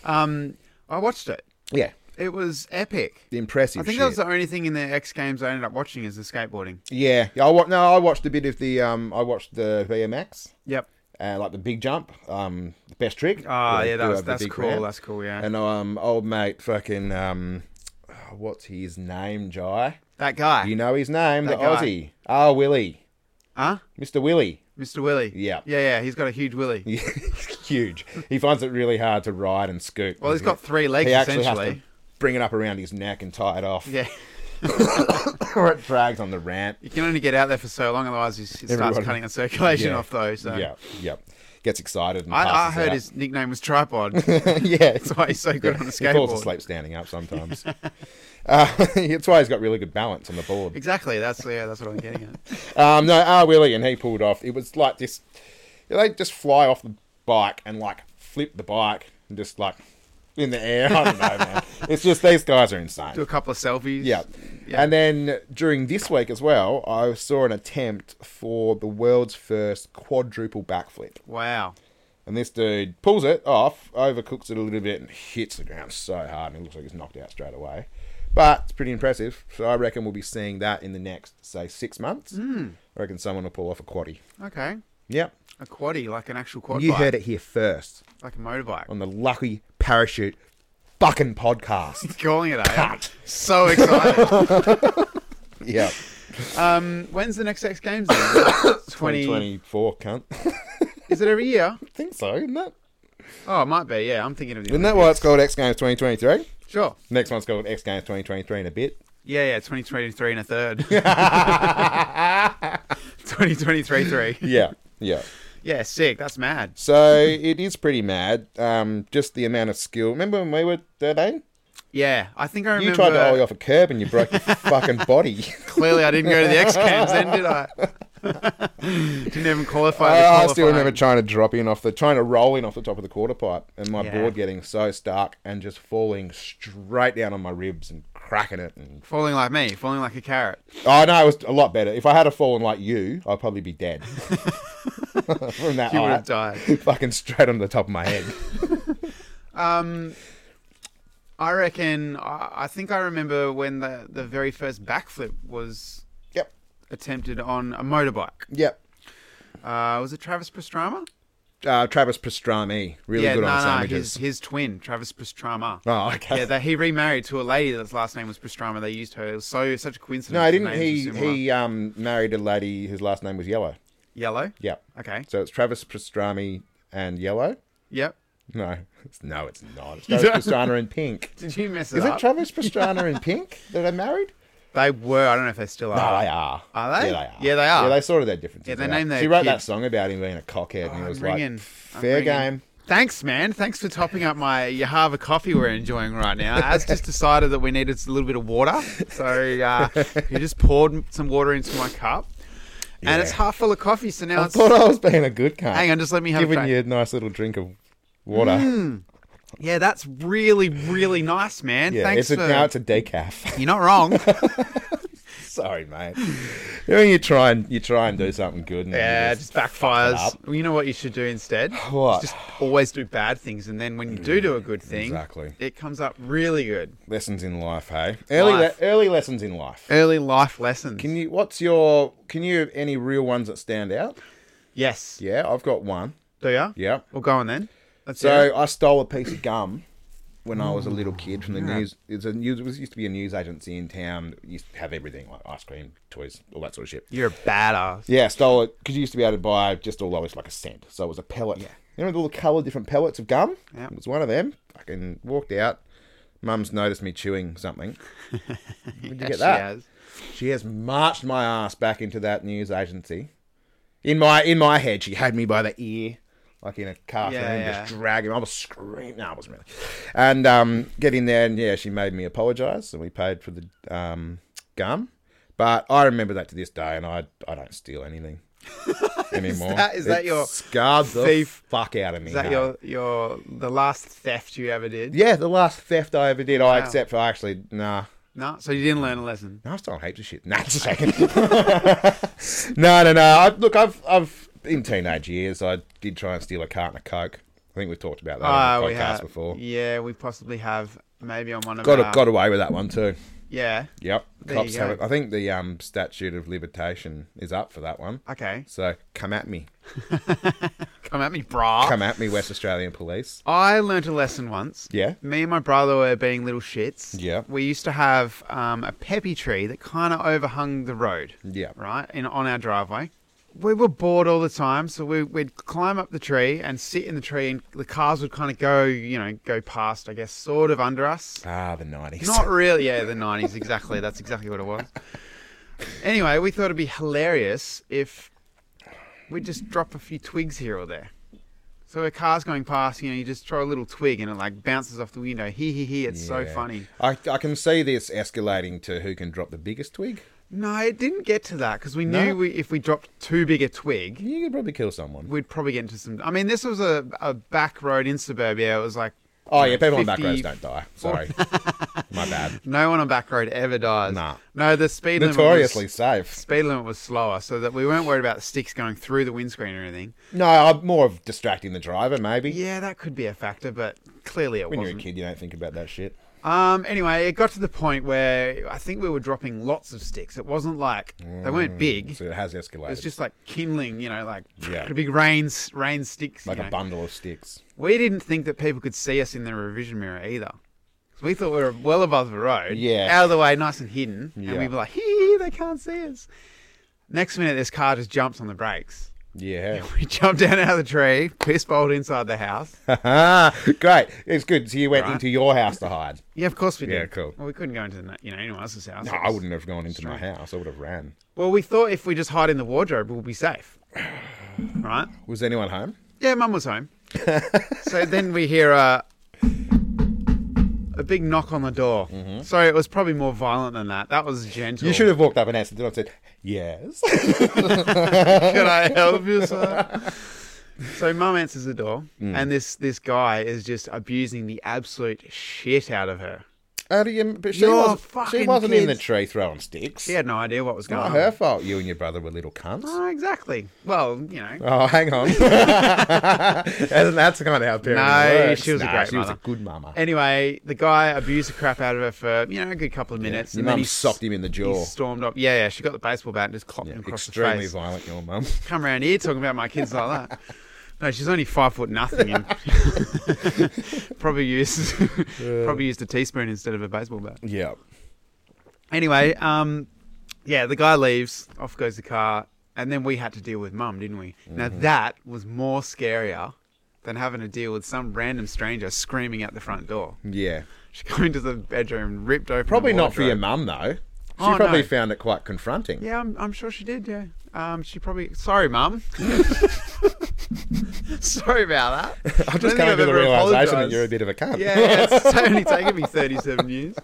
Speaker 2: Um, I watched it.
Speaker 4: yeah,
Speaker 2: It was epic.
Speaker 4: the impressive.
Speaker 2: I think
Speaker 4: shit.
Speaker 2: that was the only thing in the X Games I ended up watching is the skateboarding.
Speaker 4: yeah. yeah I wa- no, I watched a bit of the um, I watched the VMX.
Speaker 2: Yep.
Speaker 4: Uh, like the big jump, um, the best trick.
Speaker 2: Ah,
Speaker 4: Where they
Speaker 2: yeah, that
Speaker 4: do
Speaker 2: was-
Speaker 4: over the
Speaker 2: that's
Speaker 4: big
Speaker 2: cool,
Speaker 4: ramp.
Speaker 2: that's cool, yeah.
Speaker 4: And um, old mate, fucking um, what's his name, Jai?
Speaker 2: That guy.
Speaker 4: You know his name,
Speaker 2: That
Speaker 4: the
Speaker 2: guy.
Speaker 4: Aussie. Ah, Willie.
Speaker 2: huh?
Speaker 4: Mr. Willie.
Speaker 2: Mr. Willie.
Speaker 4: Yeah.
Speaker 2: Yeah, yeah. He's got a huge willy.
Speaker 4: Huge. He finds it really hard to ride and scoot.
Speaker 2: Well, he's got three legs
Speaker 4: He actually has
Speaker 2: essentially.
Speaker 4: to bring it up around his neck and tie it off.
Speaker 2: Yeah.
Speaker 4: or it drags on the ramp.
Speaker 2: You can only get out there for so long, otherwise he s- starts
Speaker 4: Everybody-
Speaker 2: cutting the circulation
Speaker 4: Yeah.
Speaker 2: off though. So
Speaker 4: Yeah, yeah. Gets excited and
Speaker 2: I, I
Speaker 4: passes
Speaker 2: heard
Speaker 4: out.
Speaker 2: his nickname was Tripod.
Speaker 4: yeah, it's
Speaker 2: That's why he's so good on the skateboard.
Speaker 4: He falls asleep standing up sometimes. uh, it's why he's got really good balance on the board.
Speaker 2: Exactly. That's yeah. That's what I'm getting at.
Speaker 4: Um, no, R. Willie and he pulled off. It was like this. They just fly off the bike and like flip the bike and just like in the air. I don't know, man. It's just these guys are insane.
Speaker 2: Do a couple of selfies.
Speaker 4: Yeah.
Speaker 2: Yeah.
Speaker 4: And then during this week as well, I saw an attempt for the world's first quadruple backflip.
Speaker 2: Wow.
Speaker 4: And this dude pulls it off, overcooks it a little bit, and hits the ground so hard, and it looks like he's knocked out straight away. But it's pretty impressive. So I reckon we'll be seeing that in the next, say, six months.
Speaker 2: Hmm.
Speaker 4: Mm. I reckon someone will pull off a quaddy.
Speaker 2: Okay.
Speaker 4: Yep.
Speaker 2: A quaddy, like an actual quad
Speaker 4: you
Speaker 2: bike,
Speaker 4: heard it here first
Speaker 2: like a motorbike.
Speaker 4: on the Lucky Parachute fucking podcast.
Speaker 2: Calling it out. So excited.
Speaker 4: yep.
Speaker 2: um, when's the next X Games? Then? 20.
Speaker 4: 2024, cunt. I
Speaker 2: Is it every year?
Speaker 4: think so, isn't that?
Speaker 2: Oh, it might be. Yeah, I'm thinking of the.
Speaker 4: Isn't that why it's called X Games 2023?
Speaker 2: Sure.
Speaker 4: Next one's called X Games 2023 in a bit.
Speaker 2: Yeah, yeah. 2023 and a third. 2023 three.
Speaker 4: Yeah, yeah.
Speaker 2: Yeah, sick. That's mad.
Speaker 4: So it is pretty mad. Um, just the amount of skill. Remember when we were 13?
Speaker 2: Yeah, I think I remember.
Speaker 4: You tried to ollie off a curb and you broke your fucking body.
Speaker 2: Clearly, I didn't go to the X Games then, did I? didn't even qualify. to
Speaker 4: I, I still
Speaker 2: qualify.
Speaker 4: remember trying to drop in off the, trying to roll in off the top of the quarter pipe, and my
Speaker 2: Yeah.
Speaker 4: board getting so stuck and just falling straight down on my ribs and cracking it. And
Speaker 2: falling like me, falling like a carrot.
Speaker 4: oh no, it was a lot better. If I had a fallen like you, I'd probably be dead from that
Speaker 2: You would
Speaker 4: height.
Speaker 2: have died.
Speaker 4: fucking straight on the top of my head.
Speaker 2: Um, I reckon. I, I think I remember when the the very first backflip was
Speaker 4: yep,
Speaker 2: attempted on a motorbike.
Speaker 4: yep.
Speaker 2: Uh, was it Travis Pastrama?
Speaker 4: Uh, Travis Pastrami, really
Speaker 2: yeah,
Speaker 4: good
Speaker 2: no,
Speaker 4: on
Speaker 2: no,
Speaker 4: sandwiches.
Speaker 2: his his twin, Travis Pastrama.
Speaker 4: Oh, okay.
Speaker 2: Yeah, that he remarried to a lady that's last name was Pastrama. They used her. It was so such a coincidence.
Speaker 4: no,
Speaker 2: the
Speaker 4: didn't
Speaker 2: names
Speaker 4: he?
Speaker 2: were similar.
Speaker 4: He um, married a lady whose last name was Yellow.
Speaker 2: yellow.
Speaker 4: Yep.
Speaker 2: Okay.
Speaker 4: So it's Travis Pastrami and Yellow.
Speaker 2: Yep.
Speaker 4: No, it's, no, it's not. It's Travis Pastrana and Pink.
Speaker 2: Did you mess it
Speaker 4: Is
Speaker 2: up?
Speaker 4: it Travis Pastrana and Pink that are married?
Speaker 2: They were. I don't know if Ah, they still
Speaker 4: No,
Speaker 2: are.
Speaker 4: they are.
Speaker 2: Are they?
Speaker 4: Yeah, they are.
Speaker 2: Yeah, they are.
Speaker 4: Yeah, they sorted their differences.
Speaker 2: Yeah, they
Speaker 4: out.
Speaker 2: named their
Speaker 4: She wrote
Speaker 2: kid-
Speaker 4: that song about him being a cockhead, and
Speaker 2: I'm
Speaker 4: it was
Speaker 2: ringing. I'm
Speaker 4: like, fair
Speaker 2: ringing.
Speaker 4: game.
Speaker 2: Thanks, man. Thanks for topping up my Yahava coffee we're enjoying right now. As just decided that we needed a little bit of water, so uh, he just poured some water into my cup, and it's
Speaker 4: Yeah.
Speaker 2: half full of coffee. So now
Speaker 4: I
Speaker 2: it's
Speaker 4: thought I was being a good cunt.
Speaker 2: hang on, just let me have a
Speaker 4: giving
Speaker 2: try. Mm,
Speaker 4: you a nice little drink of water.
Speaker 2: Yeah, that's really really nice, man.
Speaker 4: Yeah,
Speaker 2: Thanks
Speaker 4: it's a,
Speaker 2: for.
Speaker 4: now it's a decaf.
Speaker 2: You're not wrong.
Speaker 4: Sorry, mate. You know, when you try and you try and do something good, and
Speaker 2: Yeah,
Speaker 4: yeah,
Speaker 2: it just backfires.
Speaker 4: up.
Speaker 2: Well, you know what you should do instead?
Speaker 4: What? Mm,
Speaker 2: Just always do bad things, and then when you do do a good thing,
Speaker 4: exactly.
Speaker 2: it comes up really good.
Speaker 4: lessons in life, hey. Early le-
Speaker 2: Life.
Speaker 4: early lessons in life.
Speaker 2: Early life lessons.
Speaker 4: Can you? What's your? Can you any real ones that stand out?
Speaker 2: yes.
Speaker 4: Yeah, I've got one.
Speaker 2: Do ya?
Speaker 4: Yeah.
Speaker 2: Well, go on then. Let's
Speaker 4: So
Speaker 2: hear it.
Speaker 4: I stole a piece of gum when I was a little kid from the news. It's a news. It was used to be a news agency in town. It used to have everything like ice cream, toys, all that sort of shit.
Speaker 2: you're a badass.
Speaker 4: Yeah, I stole it because you used to be able to buy just all those like a cent. So it was a pellet. Yeah. You remember all the coloured different pellets of gum?
Speaker 2: Yeah.
Speaker 4: It was one of them. Fucking walked out. Mum's noticed me chewing something. Where'd you
Speaker 2: Yes,
Speaker 4: get
Speaker 2: she
Speaker 4: that?
Speaker 2: has.
Speaker 4: She has marched my ass back into that news agency. In my in my head, she had me by the ear, like in a car
Speaker 2: Yeah,
Speaker 4: frame,
Speaker 2: yeah.
Speaker 4: just dragging. I was screaming. No, I wasn't really. And um, get in there, and yeah, she made me apologise, and we paid for the um, gum. But I remember that to this day, and I I don't steal anything anymore.
Speaker 2: that- is that
Speaker 4: It
Speaker 2: your
Speaker 4: scarred
Speaker 2: thief-
Speaker 4: the fuck out of me?
Speaker 2: Is that
Speaker 4: hey.
Speaker 2: your your the last theft you ever did?
Speaker 4: Yeah, the last theft I ever did. I
Speaker 2: Wow.
Speaker 4: except for actually nah.
Speaker 2: No. So you didn't learn a lesson.
Speaker 4: No, I still hate this shit. Nah, just a second. no, no, no. I, look, I've, I've in teenage years, I did try and steal a carton of coke. I think we've talked about that
Speaker 2: Ah,
Speaker 4: on the
Speaker 2: we
Speaker 4: podcast
Speaker 2: have.
Speaker 4: before.
Speaker 2: Yeah, we possibly have. Maybe on one of
Speaker 4: Got
Speaker 2: our-
Speaker 4: got away with that one too.
Speaker 2: Yeah.
Speaker 4: Yep.
Speaker 2: There you
Speaker 4: Cops have
Speaker 2: go.
Speaker 4: it. I think the um, statute of limitation is up for that one.
Speaker 2: Okay.
Speaker 4: So come at me,
Speaker 2: Come at me, brah.
Speaker 4: come at me, West Australian police.
Speaker 2: I learnt a lesson once.
Speaker 4: Yeah.
Speaker 2: Me and my brother were being little shits.
Speaker 4: Yeah.
Speaker 2: We used to have um, a peppy tree that kind of overhung the road.
Speaker 4: Yeah.
Speaker 2: Right? In, on our driveway. We were bored all the time, so we, we'd climb up the tree and sit in the tree, and the cars would kind of go, you know, go past, I guess, sort of under us.
Speaker 4: Ah, the nineties.
Speaker 2: Not really. Yeah, the 90s. Exactly. That's exactly what it was. Anyway, we thought it'd be hilarious if we just drop a few twigs here or there. So a car's going past, you know, you just throw a little twig and it like bounces off the window. Hee hee hee. It's so funny.
Speaker 4: I, I can see this escalating to who can drop the biggest twig.
Speaker 2: No, it didn't get to that because we
Speaker 4: No?
Speaker 2: knew we, if we dropped too big a twig,
Speaker 4: You could probably kill someone.
Speaker 2: we'd probably get into some. I mean, this was a, a back road in suburbia. It was like
Speaker 4: Oh yeah, people on back
Speaker 2: 50
Speaker 4: roads don't die. Sorry, my bad.
Speaker 2: No one on back road ever dies.
Speaker 4: Nah.
Speaker 2: No, the speed limit
Speaker 4: Notoriously
Speaker 2: was,
Speaker 4: safe.
Speaker 2: speed limit was slower, so that we weren't worried about sticks going through the windscreen or anything.
Speaker 4: No, I'm more of distracting the driver. Maybe
Speaker 2: Yeah, that could be a factor, but clearly it
Speaker 4: when you're a
Speaker 2: wasn't.
Speaker 4: kid, you don't think about that shit.
Speaker 2: Um, anyway, it got to the point where I think we were dropping lots of sticks. It wasn't like they weren't big.
Speaker 4: So it has
Speaker 2: It
Speaker 4: escalated.
Speaker 2: was just like kindling, you know, like
Speaker 4: Mm. Yeah.
Speaker 2: big rain, rain sticks. you
Speaker 4: like
Speaker 2: know.
Speaker 4: a bundle of sticks.
Speaker 2: We didn't think that people could see us in the revision mirror either. 'Cause We thought we were well above the road,
Speaker 4: Yeah.
Speaker 2: out of the way, nice and hidden, and
Speaker 4: Yeah.
Speaker 2: we were like, "Hee, they can't see us." Next minute, this car just jumps on the brakes.
Speaker 4: Yeah.
Speaker 2: We jumped down out of the tree, piss bowled inside the house.
Speaker 4: Great. It's good. So you went
Speaker 2: Right.
Speaker 4: into your house to hide.
Speaker 2: Yeah, of course we did.
Speaker 4: Yeah, cool.
Speaker 2: Well, we couldn't go into the, you know anyone else's house.
Speaker 4: No, I wouldn't have gone into my house. I would have ran.
Speaker 2: Well, we thought if we just hide in the wardrobe, we'll be safe, right?
Speaker 4: Was anyone home?
Speaker 2: Yeah, mum was home. so then we hear a a big knock on the door. Sorry, it was probably more violent than that. That was gentle.
Speaker 4: Mm-hmm. You should have walked up and asked. And said, "Yes."
Speaker 2: Can I help you, sir? so mum answers the door,
Speaker 4: Mm.
Speaker 2: and this this guy is just abusing the absolute shit out of her.
Speaker 4: How do you? But she,
Speaker 2: You're
Speaker 4: wasn't, she
Speaker 2: fucking
Speaker 4: wasn't in the
Speaker 2: kids.
Speaker 4: tree throwing sticks.
Speaker 2: She had no idea what was going
Speaker 4: Not
Speaker 2: on.
Speaker 4: her fault. You and your brother were little cunts.
Speaker 2: Oh, exactly. Well, you know.
Speaker 4: Oh, hang on. Isn't that's kind of how parenting
Speaker 2: No,
Speaker 4: works.
Speaker 2: she was a
Speaker 4: Nah,
Speaker 2: great
Speaker 4: She was a
Speaker 2: mother.
Speaker 4: good mama.
Speaker 2: Anyway, the guy abused the crap out of her for you know a good couple of minutes.
Speaker 4: Your
Speaker 2: and then
Speaker 4: mum
Speaker 2: he
Speaker 4: socked him in the
Speaker 2: He
Speaker 4: jaw.
Speaker 2: stormed up. Yeah, yeah. She got the baseball bat and just clocked him across the
Speaker 4: Extremely
Speaker 2: face.
Speaker 4: violent, your mum.
Speaker 2: Come around here talking about my kids like that. No, she's only five foot nothing. And probably used probably used a teaspoon instead of a baseball bat.
Speaker 4: yeah.
Speaker 2: Anyway, um, yeah, the guy leaves. Off goes the car, and then we had to deal with mum, didn't we? Now
Speaker 4: Mm-hmm.
Speaker 2: that was more scarier than having to deal with some random stranger screaming at the front door.
Speaker 4: Yeah.
Speaker 2: She came into the bedroom, ripped open. the
Speaker 4: Probably not for your
Speaker 2: wardrobe.
Speaker 4: mum, though. She
Speaker 2: Oh,
Speaker 4: probably
Speaker 2: no.
Speaker 4: found it quite confronting.
Speaker 2: Yeah, I'm, I'm sure she did. Yeah. Um, she probably. Sorry, mum. sorry about that.
Speaker 4: I
Speaker 2: don't
Speaker 4: just
Speaker 2: think
Speaker 4: came
Speaker 2: I've
Speaker 4: to the
Speaker 2: ever
Speaker 4: realization that
Speaker 2: apologised.
Speaker 4: you're a bit of a cunt.
Speaker 2: Yeah, yeah, it's only taken me 37 years.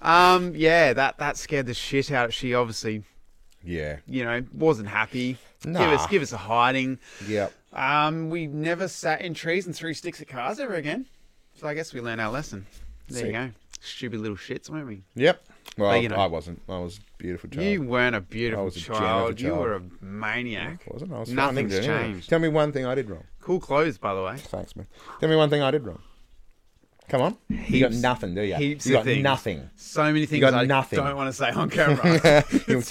Speaker 2: Um, yeah, that that scared the shit out. of She obviously,
Speaker 4: yeah.
Speaker 2: you know, wasn't happy. Give
Speaker 4: Nah.
Speaker 2: us give us a hiding.
Speaker 4: Yep.
Speaker 2: Um, we never sat in trees and threw sticks at cars ever again. So I guess we learned our lesson. There
Speaker 4: Sick.
Speaker 2: you go. Stupid little shits, weren't we?
Speaker 4: Yep. Well,
Speaker 2: you know.
Speaker 4: I wasn't. I was a beautiful child.
Speaker 2: You weren't a beautiful
Speaker 4: was a gem of a
Speaker 2: child. You
Speaker 4: child.
Speaker 2: were a maniac.
Speaker 4: wasn't. I was fine, I didn't
Speaker 2: Nothing's
Speaker 4: do anything.
Speaker 2: changed.
Speaker 4: Tell me one thing I did wrong.
Speaker 2: Cool clothes, by the way.
Speaker 4: Thanks, man. Tell me one thing I did wrong. Come on. you got
Speaker 2: Heaps-
Speaker 4: nothing, do you?
Speaker 2: heaps
Speaker 4: you got
Speaker 2: of things.
Speaker 4: nothing.
Speaker 2: So many things
Speaker 4: got
Speaker 2: I
Speaker 4: nothing.
Speaker 2: don't want to say on camera.
Speaker 4: You-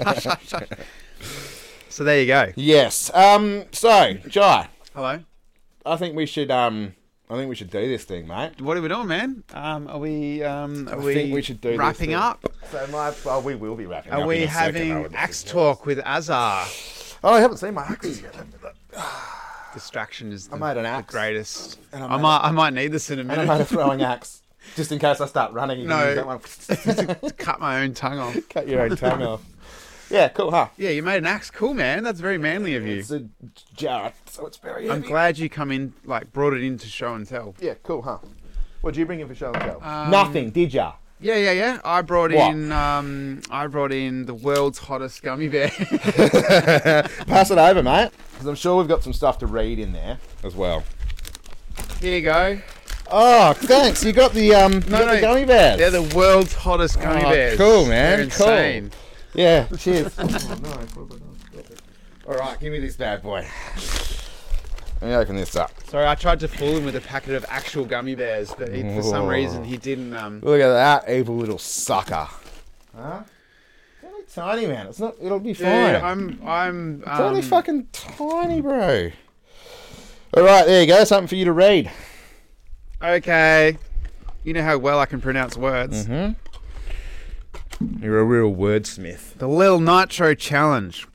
Speaker 4: Actually,
Speaker 2: so there you go.
Speaker 4: yes. Um. So, Jai,
Speaker 2: Hello.
Speaker 4: I think we should. Um. I think we should do this thing, mate.
Speaker 2: What are we doing, man? Um, are we? Um, are
Speaker 4: I
Speaker 2: we,
Speaker 4: think we should do this
Speaker 2: wrapping
Speaker 4: thing.
Speaker 2: up.
Speaker 4: So my, well, we will be wrapping
Speaker 2: Are
Speaker 4: up.
Speaker 2: we
Speaker 4: in a second, I
Speaker 2: having
Speaker 4: would
Speaker 2: axe
Speaker 4: suggest.
Speaker 2: talk with Azar?
Speaker 4: Oh, I haven't seen my axes yet.
Speaker 2: Distraction is the,
Speaker 4: made an
Speaker 2: the
Speaker 4: axe.
Speaker 2: greatest.
Speaker 4: And I
Speaker 2: I
Speaker 4: made
Speaker 2: might, I might need this in a
Speaker 4: And I made a
Speaker 2: minute.
Speaker 4: throwing axe, just in case I start running. You can
Speaker 2: No.
Speaker 4: use that one.
Speaker 2: to cut my own tongue off.
Speaker 4: Cut your own tongue off. Yeah, cool, huh?
Speaker 2: Yeah, you made an axe. Cool, man. That's very manly of you.
Speaker 4: It's a jar, so it's very
Speaker 2: I'm
Speaker 4: heavy.
Speaker 2: glad you come in, like, brought it into show and tell.
Speaker 4: Yeah, cool, huh? What'd you bring in for show and tell? Nothing, did ya?
Speaker 2: Yeah, yeah, yeah. I brought
Speaker 4: What?
Speaker 2: in, um, I brought in the world's hottest gummy bear.
Speaker 4: Pass it over, mate. Because I'm sure we've got some stuff to read in there as well.
Speaker 2: Here you go.
Speaker 4: Oh, thanks. You got the um, you
Speaker 2: No,
Speaker 4: got the
Speaker 2: no,
Speaker 4: gummy bears.
Speaker 2: They're the world's hottest gummy
Speaker 4: Oh,
Speaker 2: bears.
Speaker 4: cool, man,
Speaker 2: They're
Speaker 4: cool.
Speaker 2: insane.
Speaker 4: Yeah, cheers. All right, give me this bad boy. Let me open this up.
Speaker 2: Sorry, I tried to fool him with a packet of actual gummy bears, but he, for some
Speaker 4: Whoa.
Speaker 2: reason he didn't. Um,
Speaker 4: Look at that evil little sucker. Huh? Really tiny, man. It's not. It'll be fine.
Speaker 2: yeah, I'm, I'm. Um,
Speaker 4: It's only fucking tiny, bro. All right, there you go. Something for you to read.
Speaker 2: Okay. You know how well I can pronounce words.
Speaker 4: You're a real wordsmith.
Speaker 2: The Lil Nitro Challenge.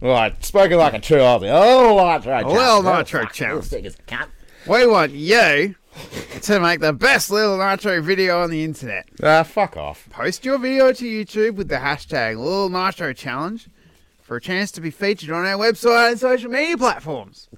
Speaker 4: All right, spoken like a true Aussie. Oh, nitro challenge.
Speaker 2: Well,
Speaker 4: Oh,
Speaker 2: nitro challenge. We want you to make the best Lil Nitro video on the internet.
Speaker 4: Ah, fuck off.
Speaker 2: Post your video to YouTube with the hashtag Lil Nitro Challenge for a chance to be featured on our website and social media platforms.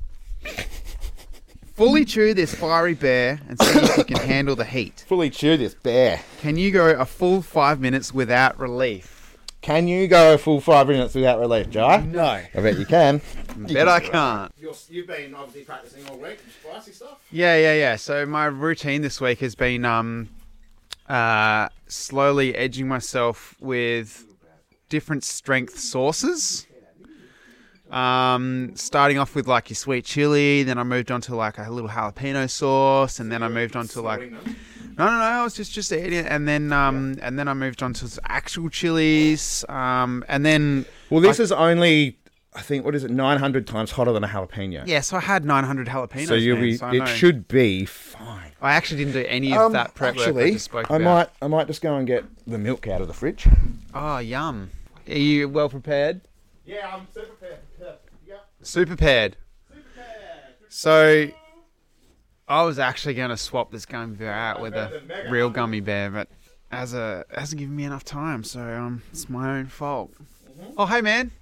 Speaker 2: Fully chew this fiery bear and see if you can handle the heat.
Speaker 4: Fully chew this bear.
Speaker 2: Can you go a full five minutes without relief?
Speaker 4: Can you go full five minutes without relief, Jai?
Speaker 2: No.
Speaker 4: I bet you can.
Speaker 2: Bet I can't.
Speaker 3: You're, you've been obviously practicing all week, spicy stuff.
Speaker 2: Yeah, yeah, yeah. So my routine this week has been um, uh, slowly edging myself with different strength sauces. Um, starting off with like your sweet chili, then I moved on to like a little jalapeno sauce, and then I moved on to like
Speaker 3: Sorting them.
Speaker 2: no, no, no. I was just just eating it, and then um, and then I moved on to actual chilies, um, and then
Speaker 4: Well, this is only, I think, what is it, 900 times hotter than a jalapeno.
Speaker 2: yeah. So I had 900 jalapenos.
Speaker 4: So you'll
Speaker 2: man,
Speaker 4: be.
Speaker 2: so I
Speaker 4: it
Speaker 2: know.
Speaker 4: should be fine.
Speaker 2: I actually didn't do any of
Speaker 4: Um,
Speaker 2: that prep work I
Speaker 4: actually,
Speaker 2: just spoke
Speaker 4: I
Speaker 2: about.
Speaker 4: might, I might just go and get the milk out of the fridge.
Speaker 2: Oh, yum. Are you well prepared?
Speaker 3: Yeah, I'm super prepared. Yeah. Yep.
Speaker 2: Super prepared. So, I was actually going to swap this gummy bear out with a real gummy bear, but as a hasn't given me enough time, so um, it's my own fault. Oh, hey man,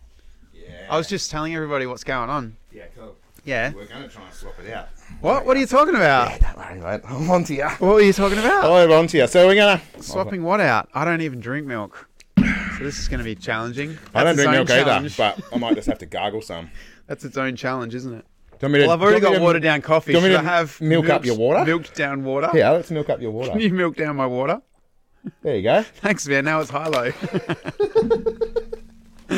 Speaker 3: Yeah.
Speaker 2: I was just telling everybody what's going on.
Speaker 3: Yeah, cool.
Speaker 2: Yeah.
Speaker 3: We're going to try and swap it out.
Speaker 2: What? What are you talking about?
Speaker 4: Don't worry, mate. I'm on to you.
Speaker 2: What were you talking about?
Speaker 4: Oh, on to you. So we're gonna.
Speaker 2: Swapping what out? I don't even drink milk. So this is going to be challenging.
Speaker 4: I
Speaker 2: That's
Speaker 4: don't drink
Speaker 2: its own
Speaker 4: milk either,
Speaker 2: challenge.
Speaker 4: but I might just have to gargle some.
Speaker 2: That's its own challenge, isn't it?
Speaker 4: Do you want me to-
Speaker 2: Well, I've
Speaker 4: do you
Speaker 2: already
Speaker 4: want me
Speaker 2: got
Speaker 4: to-
Speaker 2: watered down coffee.
Speaker 4: do you want me
Speaker 2: Should I
Speaker 4: to
Speaker 2: have
Speaker 4: milk up
Speaker 2: milked-
Speaker 4: your water?
Speaker 2: Milked down water.
Speaker 4: Yeah, let's milk up your
Speaker 2: Can
Speaker 4: water.
Speaker 2: you milk down my water?
Speaker 4: There you go.
Speaker 2: Thanks, man. Now it's high low.
Speaker 4: All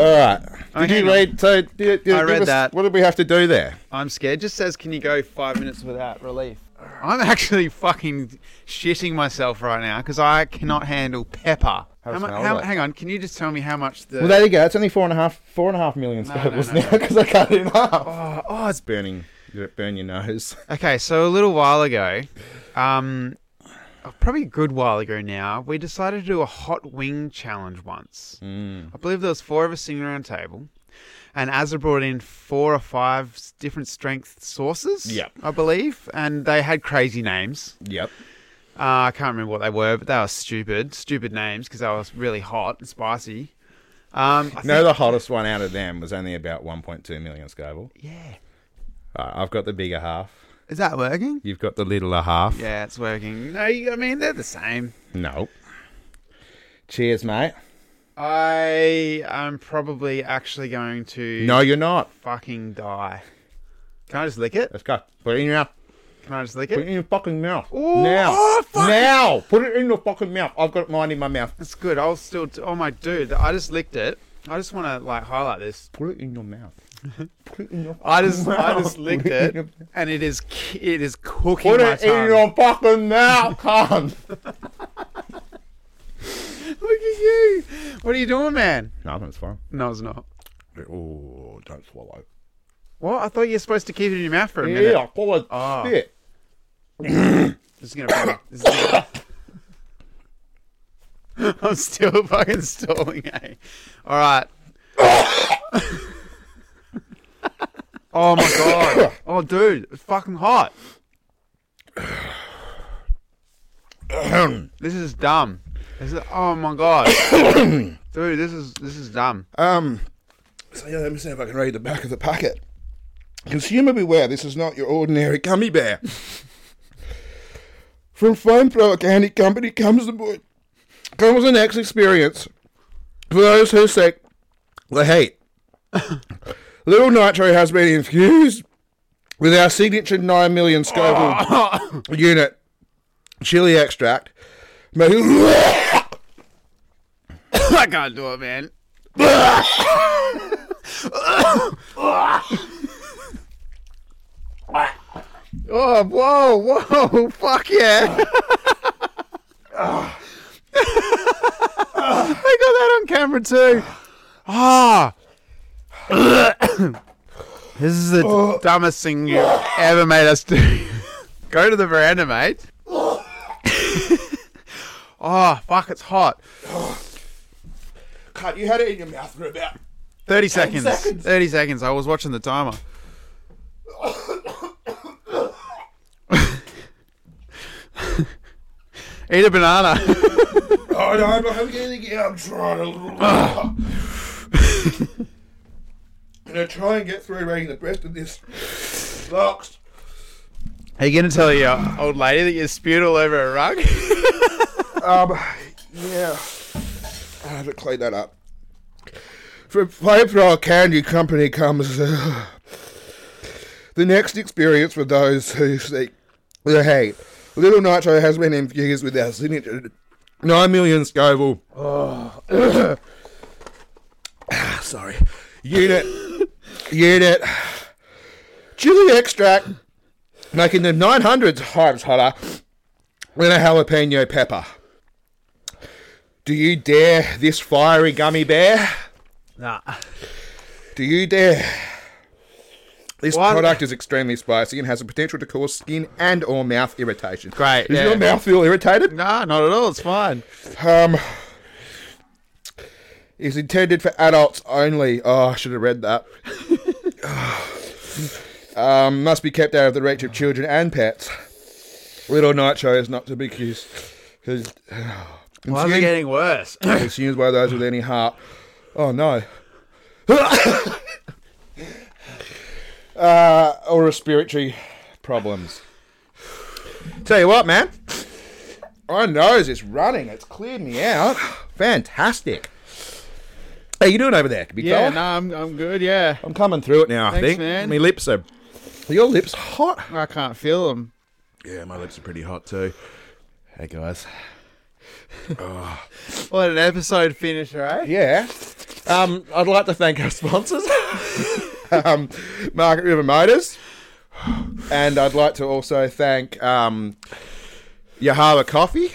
Speaker 4: right.
Speaker 2: Oh,
Speaker 4: Did you
Speaker 2: hang on.
Speaker 4: read? So did, did,
Speaker 2: I
Speaker 4: give
Speaker 2: read
Speaker 4: us-
Speaker 2: that.
Speaker 4: What did we have to do there?
Speaker 2: I'm scared. Just says, can you go five minutes without relief? I'm actually fucking shitting myself right now because I cannot handle pepper.
Speaker 4: Have
Speaker 2: How mu-
Speaker 4: a smell
Speaker 2: how-
Speaker 4: of it.
Speaker 2: hang on. Can you just tell me how much the?
Speaker 4: Well, there you go. It's only four and a half, four and a half million
Speaker 2: no,
Speaker 4: syllables
Speaker 2: no.
Speaker 4: now because I cut it in half.
Speaker 2: oh, oh, it's.
Speaker 4: burning, burn your nose.
Speaker 2: Okay, so a little while ago, um, oh, probably a good while ago now, we decided to do a hot wing challenge once. I believe there was four of us sitting around a table, and Azza brought in four or five s- different strength sources.
Speaker 4: Yep.
Speaker 2: I believe, and they had crazy names.
Speaker 4: Yep.
Speaker 2: Uh, I can't remember what they were, but they were stupid, stupid names because they were really hot and spicy. Um, I
Speaker 4: No, the hottest one out of them was only about 1.2 million Scoville.
Speaker 2: think- yeah,
Speaker 4: Alright, I've got the bigger half.
Speaker 2: is that working?
Speaker 4: You've got the littler half.
Speaker 2: Yeah, it's working. No, you- I mean they're the same.
Speaker 4: No. Cheers, mate.
Speaker 2: I am probably actually going to
Speaker 4: No, you're not.
Speaker 2: fucking die. Can I just lick it?
Speaker 4: Let's go. Put it in your mouth.
Speaker 2: Can I just lick
Speaker 4: Put it
Speaker 2: it?
Speaker 4: in your fucking mouth.
Speaker 2: Ooh,
Speaker 4: now.
Speaker 2: oh, fuck.
Speaker 4: Now. Put it in your fucking mouth. I've got mine in my mouth.
Speaker 2: That's good. I'll still. T- oh my dude, I just licked it. I just want to like highlight this.
Speaker 4: Put it in your mouth. Put it in your
Speaker 2: I just, I
Speaker 4: mouth.
Speaker 2: just licked
Speaker 4: Put in
Speaker 2: it,
Speaker 4: your-
Speaker 2: and it is, ki- it is cooking
Speaker 4: Put
Speaker 2: my
Speaker 4: it in
Speaker 2: tongue.
Speaker 4: your fucking mouth, cunt.
Speaker 2: Look at you. What are you doing, man?
Speaker 4: no, that's fine.
Speaker 2: No, it's not.
Speaker 4: Oh, don't swallow.
Speaker 2: What? I thought you were supposed to keep it in your mouth for a minute.
Speaker 4: Yeah, full of
Speaker 2: Ah.
Speaker 4: spit.
Speaker 2: This is gonna. This is gonna... I'm still fucking stalling, eh? All right. oh my god. Oh, dude, it's fucking hot. this is dumb. This is, oh my god, dude, this is this is dumb.
Speaker 5: Um, so yeah, let me see if I can read the back of the packet. Consumer beware, this is not your ordinary gummy bear. From Foam Thrower Candy Company comes the boy. Comes the next experience for those who seek the hate. Little Nitro has been infused with our signature 9 million Scoville unit chili extract. May-
Speaker 2: I can't do it, man. oh, whoa, whoa, fuck yeah. I got that on camera too. Ah. this is the dumbest thing you ever made us do. Go to the veranda, mate. oh, fuck, it's hot.
Speaker 5: Cut, you had it in your mouth for about
Speaker 2: 30 seconds.
Speaker 5: seconds.
Speaker 2: 30 seconds. I was watching the timer. Eat a banana.
Speaker 5: Oh no, I'm not having anything yet. I'm trying a little. I'm gonna try and get through reading the rest of this. Locks.
Speaker 2: Are you going to tell your old lady that you spewed all over a rug?
Speaker 5: Um, yeah.
Speaker 4: Um, I have to clean that up. From Fire Pro Candy Company comes uh, the next experience for those who seek the hate. Little Nitro has been infused with our signature 9 million Scoville. Ah, sorry. Unit. Unit. Chili extract, making the 900 times hotter than a jalapeno pepper. Do you dare this fiery gummy bear?
Speaker 2: Nah.
Speaker 4: Do you dare? This
Speaker 2: What?
Speaker 4: product is extremely spicy and has the potential to cause skin and or mouth irritation.
Speaker 2: Great,
Speaker 4: Does
Speaker 2: yeah.
Speaker 4: your mouth feel irritated?
Speaker 2: Nah, not at all. It's fine.
Speaker 4: Um, is intended for adults only. Oh, I should have read that. um, must be kept out of the reach of children and pets. Little nitro is not to be kissed. Is-
Speaker 2: Why is it getting worse?
Speaker 4: consumed by those with any heart. Oh no. uh, or respiratory problems. Tell you what, man. My nose is running. It's cleared me out. Fantastic. How you doing over there? Big
Speaker 2: yeah,
Speaker 4: fella?
Speaker 2: no, I'm, I'm good. Yeah,
Speaker 4: I'm coming through it now. I
Speaker 2: Thanks,
Speaker 4: think
Speaker 2: man.
Speaker 4: my lips are. Your lips hot.
Speaker 2: I can't feel them.
Speaker 4: Yeah, my lips are pretty hot too. Hey guys.
Speaker 2: What an episode finisher, eh?
Speaker 4: Yeah. Um, I'd like to thank our sponsors, um, Market River Motors, and I'd like to also thank um, Yahara Coffee,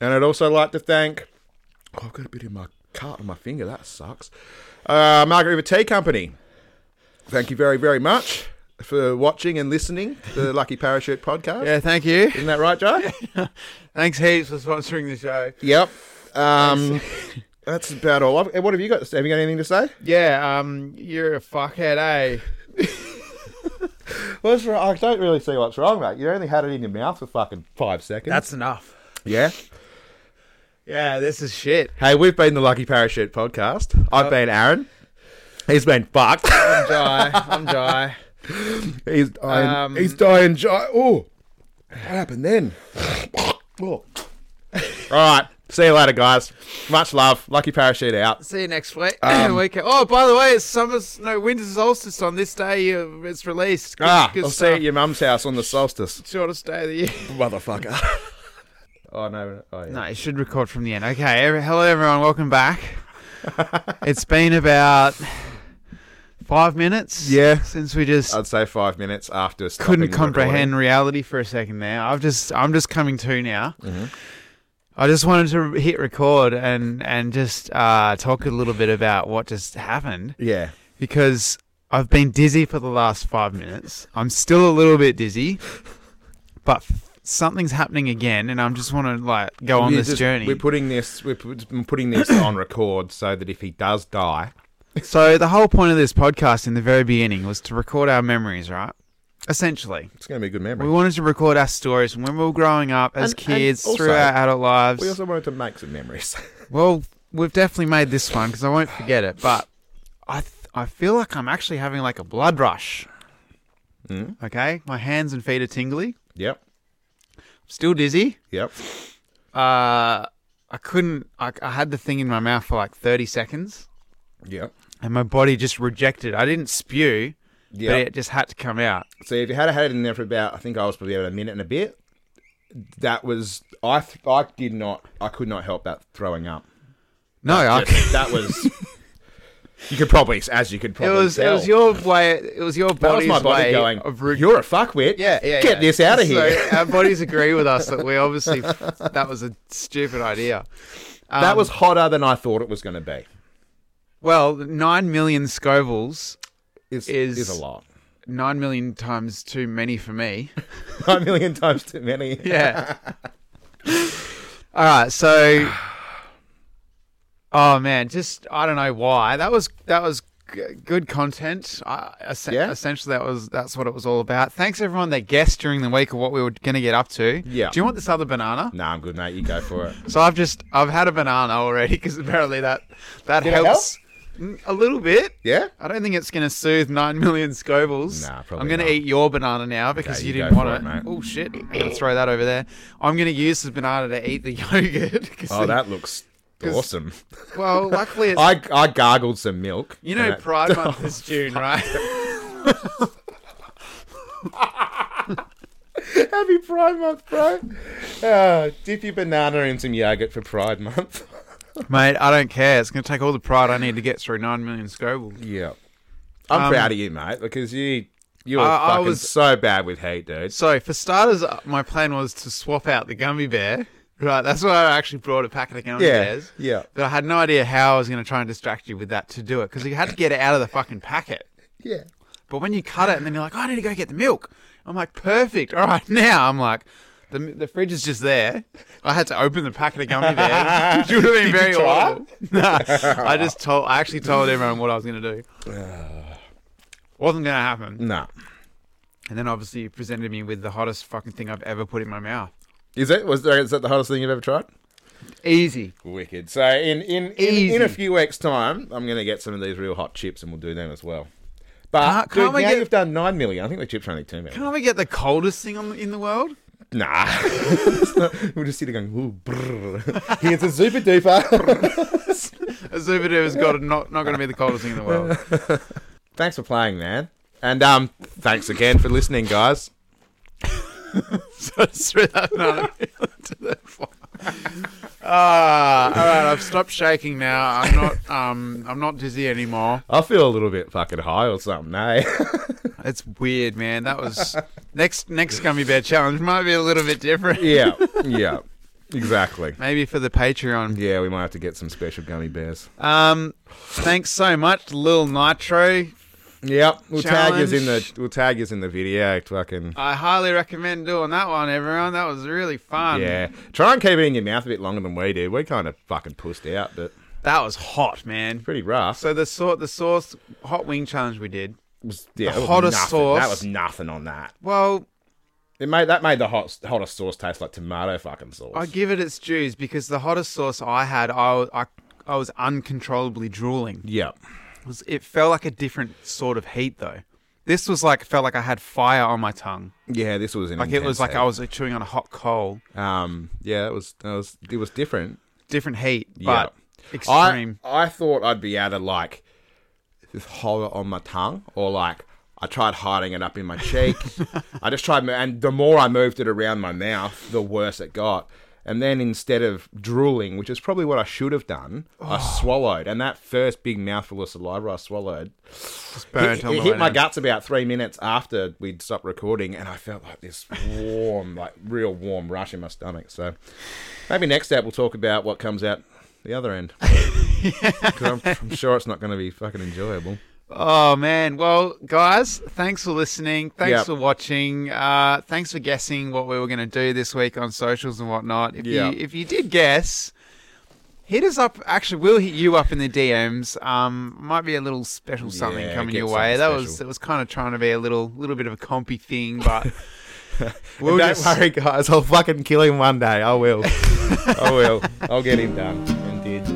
Speaker 4: and I'd also like to thank. Oh, I've got a bit in my cut on my finger. That sucks. Uh, Margaret River Tea Company. Thank you very, very much for watching and listening to the Lucky Parachute podcast.
Speaker 2: Yeah, thank you.
Speaker 4: Isn't that right, Joe?
Speaker 2: Thanks heaps for sponsoring the show.
Speaker 4: yep. Um, that's about all. I've, what have you got? Have you got anything to say?
Speaker 2: Yeah, um, you're a fuckhead, eh?
Speaker 6: What's wrong? I don't really see what's wrong, mate. You only had it in your mouth for fucking five seconds.
Speaker 2: That's enough.
Speaker 4: Yeah.
Speaker 2: Yeah, this is shit.
Speaker 4: Hey, we've been the Lucky Parachute podcast. I've been Aaron. He's been fucked.
Speaker 2: I'm Jai. I'm Jai.
Speaker 4: he's dying.
Speaker 2: Um,
Speaker 4: he's dying. Gi- oh, what happened then? oh. All right. See you later, guys. Much love. Lucky Parachute out.
Speaker 2: See you next week. week. Oh, by the way, it's summer, no, winter solstice on this day. Uh, it's released. Good-
Speaker 4: Ah,
Speaker 2: good
Speaker 4: I'll see you
Speaker 2: stuff.
Speaker 4: at your mum's house on the solstice.
Speaker 2: Shortest day of the year.
Speaker 4: Motherfucker. oh, no. Oh, yeah.
Speaker 2: No, you should record from the end. Okay. every- hello, everyone. Welcome back. it's been about five minutes.
Speaker 4: Yeah.
Speaker 2: Since we just
Speaker 4: I'd say five minutes after. stopping
Speaker 2: couldn't comprehend
Speaker 4: recording.
Speaker 2: reality for a second there. I've just, I'm just coming to now. I just wanted to hit record and and just uh, talk a little bit about what just happened
Speaker 4: Yeah.
Speaker 2: because I've been dizzy for the last five minutes. I'm still a little bit dizzy, but f- something's happening again, and I'm just want to like go on
Speaker 4: We're
Speaker 2: this
Speaker 4: just-
Speaker 2: journey.
Speaker 4: We're putting this. We're put- putting this on record so that if he does die,
Speaker 2: So the whole point of this podcast in the very beginning was to record our memories, right? Essentially,
Speaker 4: it's going to be a good memory.
Speaker 2: we wanted to record our stories from when we were growing up as
Speaker 4: And- and
Speaker 2: kids
Speaker 4: also-
Speaker 2: through our adult lives.
Speaker 4: We also wanted to make some memories.
Speaker 2: well, we've definitely made this one because I won't forget it. But I, th- I feel like I'm actually having like a blood rush.
Speaker 4: Hmm?
Speaker 2: Okay, my hands and feet are tingly.
Speaker 4: yep.
Speaker 2: Still dizzy.
Speaker 4: Yep.
Speaker 2: Uh, I couldn't. I, I had the thing in my mouth for like 30 seconds,
Speaker 4: Yep.
Speaker 2: and my body just rejected. I didn't spew, but
Speaker 4: Yep.
Speaker 2: it just had to come out.
Speaker 4: so if you had had it in there for about, I think I was probably about a minute and a bit. That was I. Th- I did not. I could not help that throwing up.
Speaker 2: No, I.
Speaker 4: That was. you could probably, as you could
Speaker 2: It
Speaker 4: probably,
Speaker 2: was it
Speaker 4: tell,
Speaker 2: was your way. It was your
Speaker 4: That was
Speaker 2: body's
Speaker 4: my body
Speaker 2: way
Speaker 4: going.
Speaker 2: of re-
Speaker 4: You're a fuckwit.
Speaker 2: yeah, yeah.
Speaker 4: Get
Speaker 2: yeah.
Speaker 4: this out of here.
Speaker 2: So our bodies agree with us that we obviously that was a stupid idea. Um,
Speaker 4: that was hotter than I thought it was going to be.
Speaker 2: well nine million scovilles,
Speaker 4: Is
Speaker 2: Is-
Speaker 4: is, is a lot.
Speaker 2: nine million times too many for me.
Speaker 4: Nine million times too many.
Speaker 2: Yeah. All right, so oh man, just I don't know why that was that was g- good content. I, es-
Speaker 4: Yeah.
Speaker 2: essentially that was that's what it was all about. Thanks everyone that guessed during the week of what we were going to get up to.
Speaker 4: Yeah. Mm.
Speaker 2: Do you want this other banana?
Speaker 4: Nah, I'm good, mate. You go for it.
Speaker 2: So I've just I've had a banana already because apparently that that
Speaker 4: Did it
Speaker 2: helps Mm, a little bit.
Speaker 4: Yeah.
Speaker 2: I don't think it's going to soothe nine million scovilles.
Speaker 4: Nah, probably
Speaker 2: I'm going
Speaker 4: not.
Speaker 2: to eat your banana now because
Speaker 4: Okay,
Speaker 2: you,
Speaker 4: you
Speaker 2: didn't
Speaker 4: go
Speaker 2: want
Speaker 4: for
Speaker 2: it.
Speaker 4: it, mate.
Speaker 2: Oh shit! I'm going to throw that over there. I'm going to use this banana to eat the yogurt. 'cause
Speaker 4: Oh,
Speaker 2: the-
Speaker 4: that looks Awesome.
Speaker 2: Well, luckily it's
Speaker 4: I, I gargled some milk. Uh,
Speaker 2: you know
Speaker 4: and that-
Speaker 2: Pride Month is June, right?
Speaker 4: Happy Pride Month, bro. Uh, dip your banana in some yogurt for Pride Month.
Speaker 2: Mate, I don't care. It's going to take all the pride I need to get through nine million Scoville.
Speaker 4: yeah. I'm
Speaker 2: Um,
Speaker 4: proud of you, mate, because you you were
Speaker 2: I- I
Speaker 4: fucking
Speaker 2: was-
Speaker 4: so bad with hate, dude.
Speaker 2: So, for starters, uh, my plan was to swap out the gummy bear. Right, that's why I actually brought a packet of gummy
Speaker 4: Yeah,
Speaker 2: bears.
Speaker 4: yeah.
Speaker 2: But I had no idea how I was going to try and distract you with that to do it because you had to get it out of the fucking packet.
Speaker 5: Yeah.
Speaker 2: But when you cut it and then you're like, oh, I need to go get the milk. I'm like, perfect. All right, now I'm like, the, the fridge is just there. I had to open the packet of gummy bears. Should have been very
Speaker 4: try?
Speaker 2: awful. Nah, I just told, I actually told everyone what I was going to do. Wasn't going to happen.
Speaker 4: Nah.
Speaker 2: And then obviously you presented me with the hottest fucking thing I've ever put in my mouth.
Speaker 4: Is it? Was there, is that the hottest thing you've ever tried?
Speaker 2: Easy.
Speaker 4: Wicked. So in in in,
Speaker 2: Easy.
Speaker 4: in a few weeks' time, I'm going to get some of these real hot chips, and we'll do them as well. But
Speaker 2: Can't- can't
Speaker 4: dude,
Speaker 2: we
Speaker 4: now
Speaker 2: get-
Speaker 4: you've done nine million. I think the chips are only two million.
Speaker 2: Can't we get the coldest thing on, in the world?
Speaker 4: Nah, It's not- we'll just sit there going, ooh, brrr. Here's a super duper.
Speaker 2: A Zubidoo is got not, not going to be the coldest thing in the world.
Speaker 4: thanks for playing, man, and um, thanks again for listening, guys.
Speaker 2: so I just threw that banana peel into the fire. Ah, all right. I've stopped shaking now. I'm not. Um, I'm not dizzy anymore.
Speaker 4: I feel a little bit fucking high or something, eh?
Speaker 2: It's weird, man. That was next. Next gummy bear challenge might be a little bit different.
Speaker 4: yeah, yeah, exactly.
Speaker 2: Maybe for the Patreon.
Speaker 4: Yeah, we might have to get some special gummy bears.
Speaker 2: Um, thanks so much, Lil Nitro.
Speaker 4: Yep, we'll tag you in the
Speaker 2: Challenge.
Speaker 4: we'll tag you in the video. Fucking
Speaker 2: I highly recommend doing that one, everyone. That was really fun.
Speaker 4: Yeah. Try and keep it in your mouth a bit longer than we do. We're kind of fucking pushed out, but
Speaker 2: that was hot, man.
Speaker 4: pretty rough.
Speaker 2: So the sort, the sauce hot wing challenge we did.
Speaker 4: It was, yeah,
Speaker 2: the
Speaker 4: it was
Speaker 2: hottest
Speaker 4: nothing.
Speaker 2: sauce.
Speaker 4: That was nothing on that.
Speaker 2: Well,
Speaker 4: It made that made the hot, hottest sauce taste like tomato fucking sauce.
Speaker 2: I give it its dues because the hottest sauce I had, I was, I, I was uncontrollably drooling.
Speaker 4: yeah.
Speaker 2: It, was- it felt like a different sort of heat, though. This was like felt like I had fire on my tongue.
Speaker 4: Yeah, this was an
Speaker 2: Like it was
Speaker 4: intense
Speaker 2: like
Speaker 4: heat.
Speaker 2: I was like, chewing on a hot coal.
Speaker 4: Um, yeah, that was that was it was different.
Speaker 2: Different heat,
Speaker 4: Yeah.
Speaker 2: but extreme.
Speaker 4: I I thought I'd be able to like just hold it on my tongue or like. I tried hiding it up in my cheek. I just tried, mo- and the more I moved it around my mouth, the worse it got. And then instead of drooling, which is probably what I should have done, I swallowed. And that first big mouthful of saliva I swallowed
Speaker 2: Just
Speaker 4: it,
Speaker 2: burnt on
Speaker 4: it
Speaker 2: the
Speaker 4: hit
Speaker 2: way
Speaker 4: my
Speaker 2: down.
Speaker 4: guts about three minutes after we'd stopped recording, and I felt like this warm, like real warm rush in my stomach. So maybe next app we'll talk about what comes out the other end. 'Cause I'm, I'm sure it's not going to be fucking enjoyable.
Speaker 2: Oh man! Well, guys, thanks for listening. Thanks
Speaker 4: Yep.
Speaker 2: for watching. Uh, thanks for guessing what we were going to do this week on socials and whatnot. If
Speaker 4: Yeah.
Speaker 2: you if you did guess, hit us up. Actually, we'll hit you up in the DMs. Um, might be a little special something
Speaker 4: Yeah,
Speaker 2: coming
Speaker 4: get
Speaker 2: your way.
Speaker 4: something
Speaker 2: That was
Speaker 4: special.
Speaker 2: it was kind of trying to be a little little bit of a compy thing, but we'll
Speaker 4: And don't
Speaker 2: just
Speaker 4: worry, guys. I'll fucking kill him one day. I will. I will. I'll get him done. Indeed.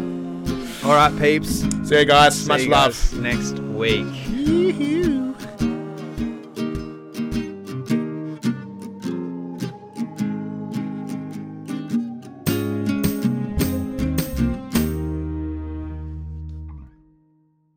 Speaker 2: all right, peeps.
Speaker 4: See you guys.
Speaker 2: See
Speaker 4: Much
Speaker 2: you
Speaker 4: love.
Speaker 2: guys next week.
Speaker 4: Yee-hoo.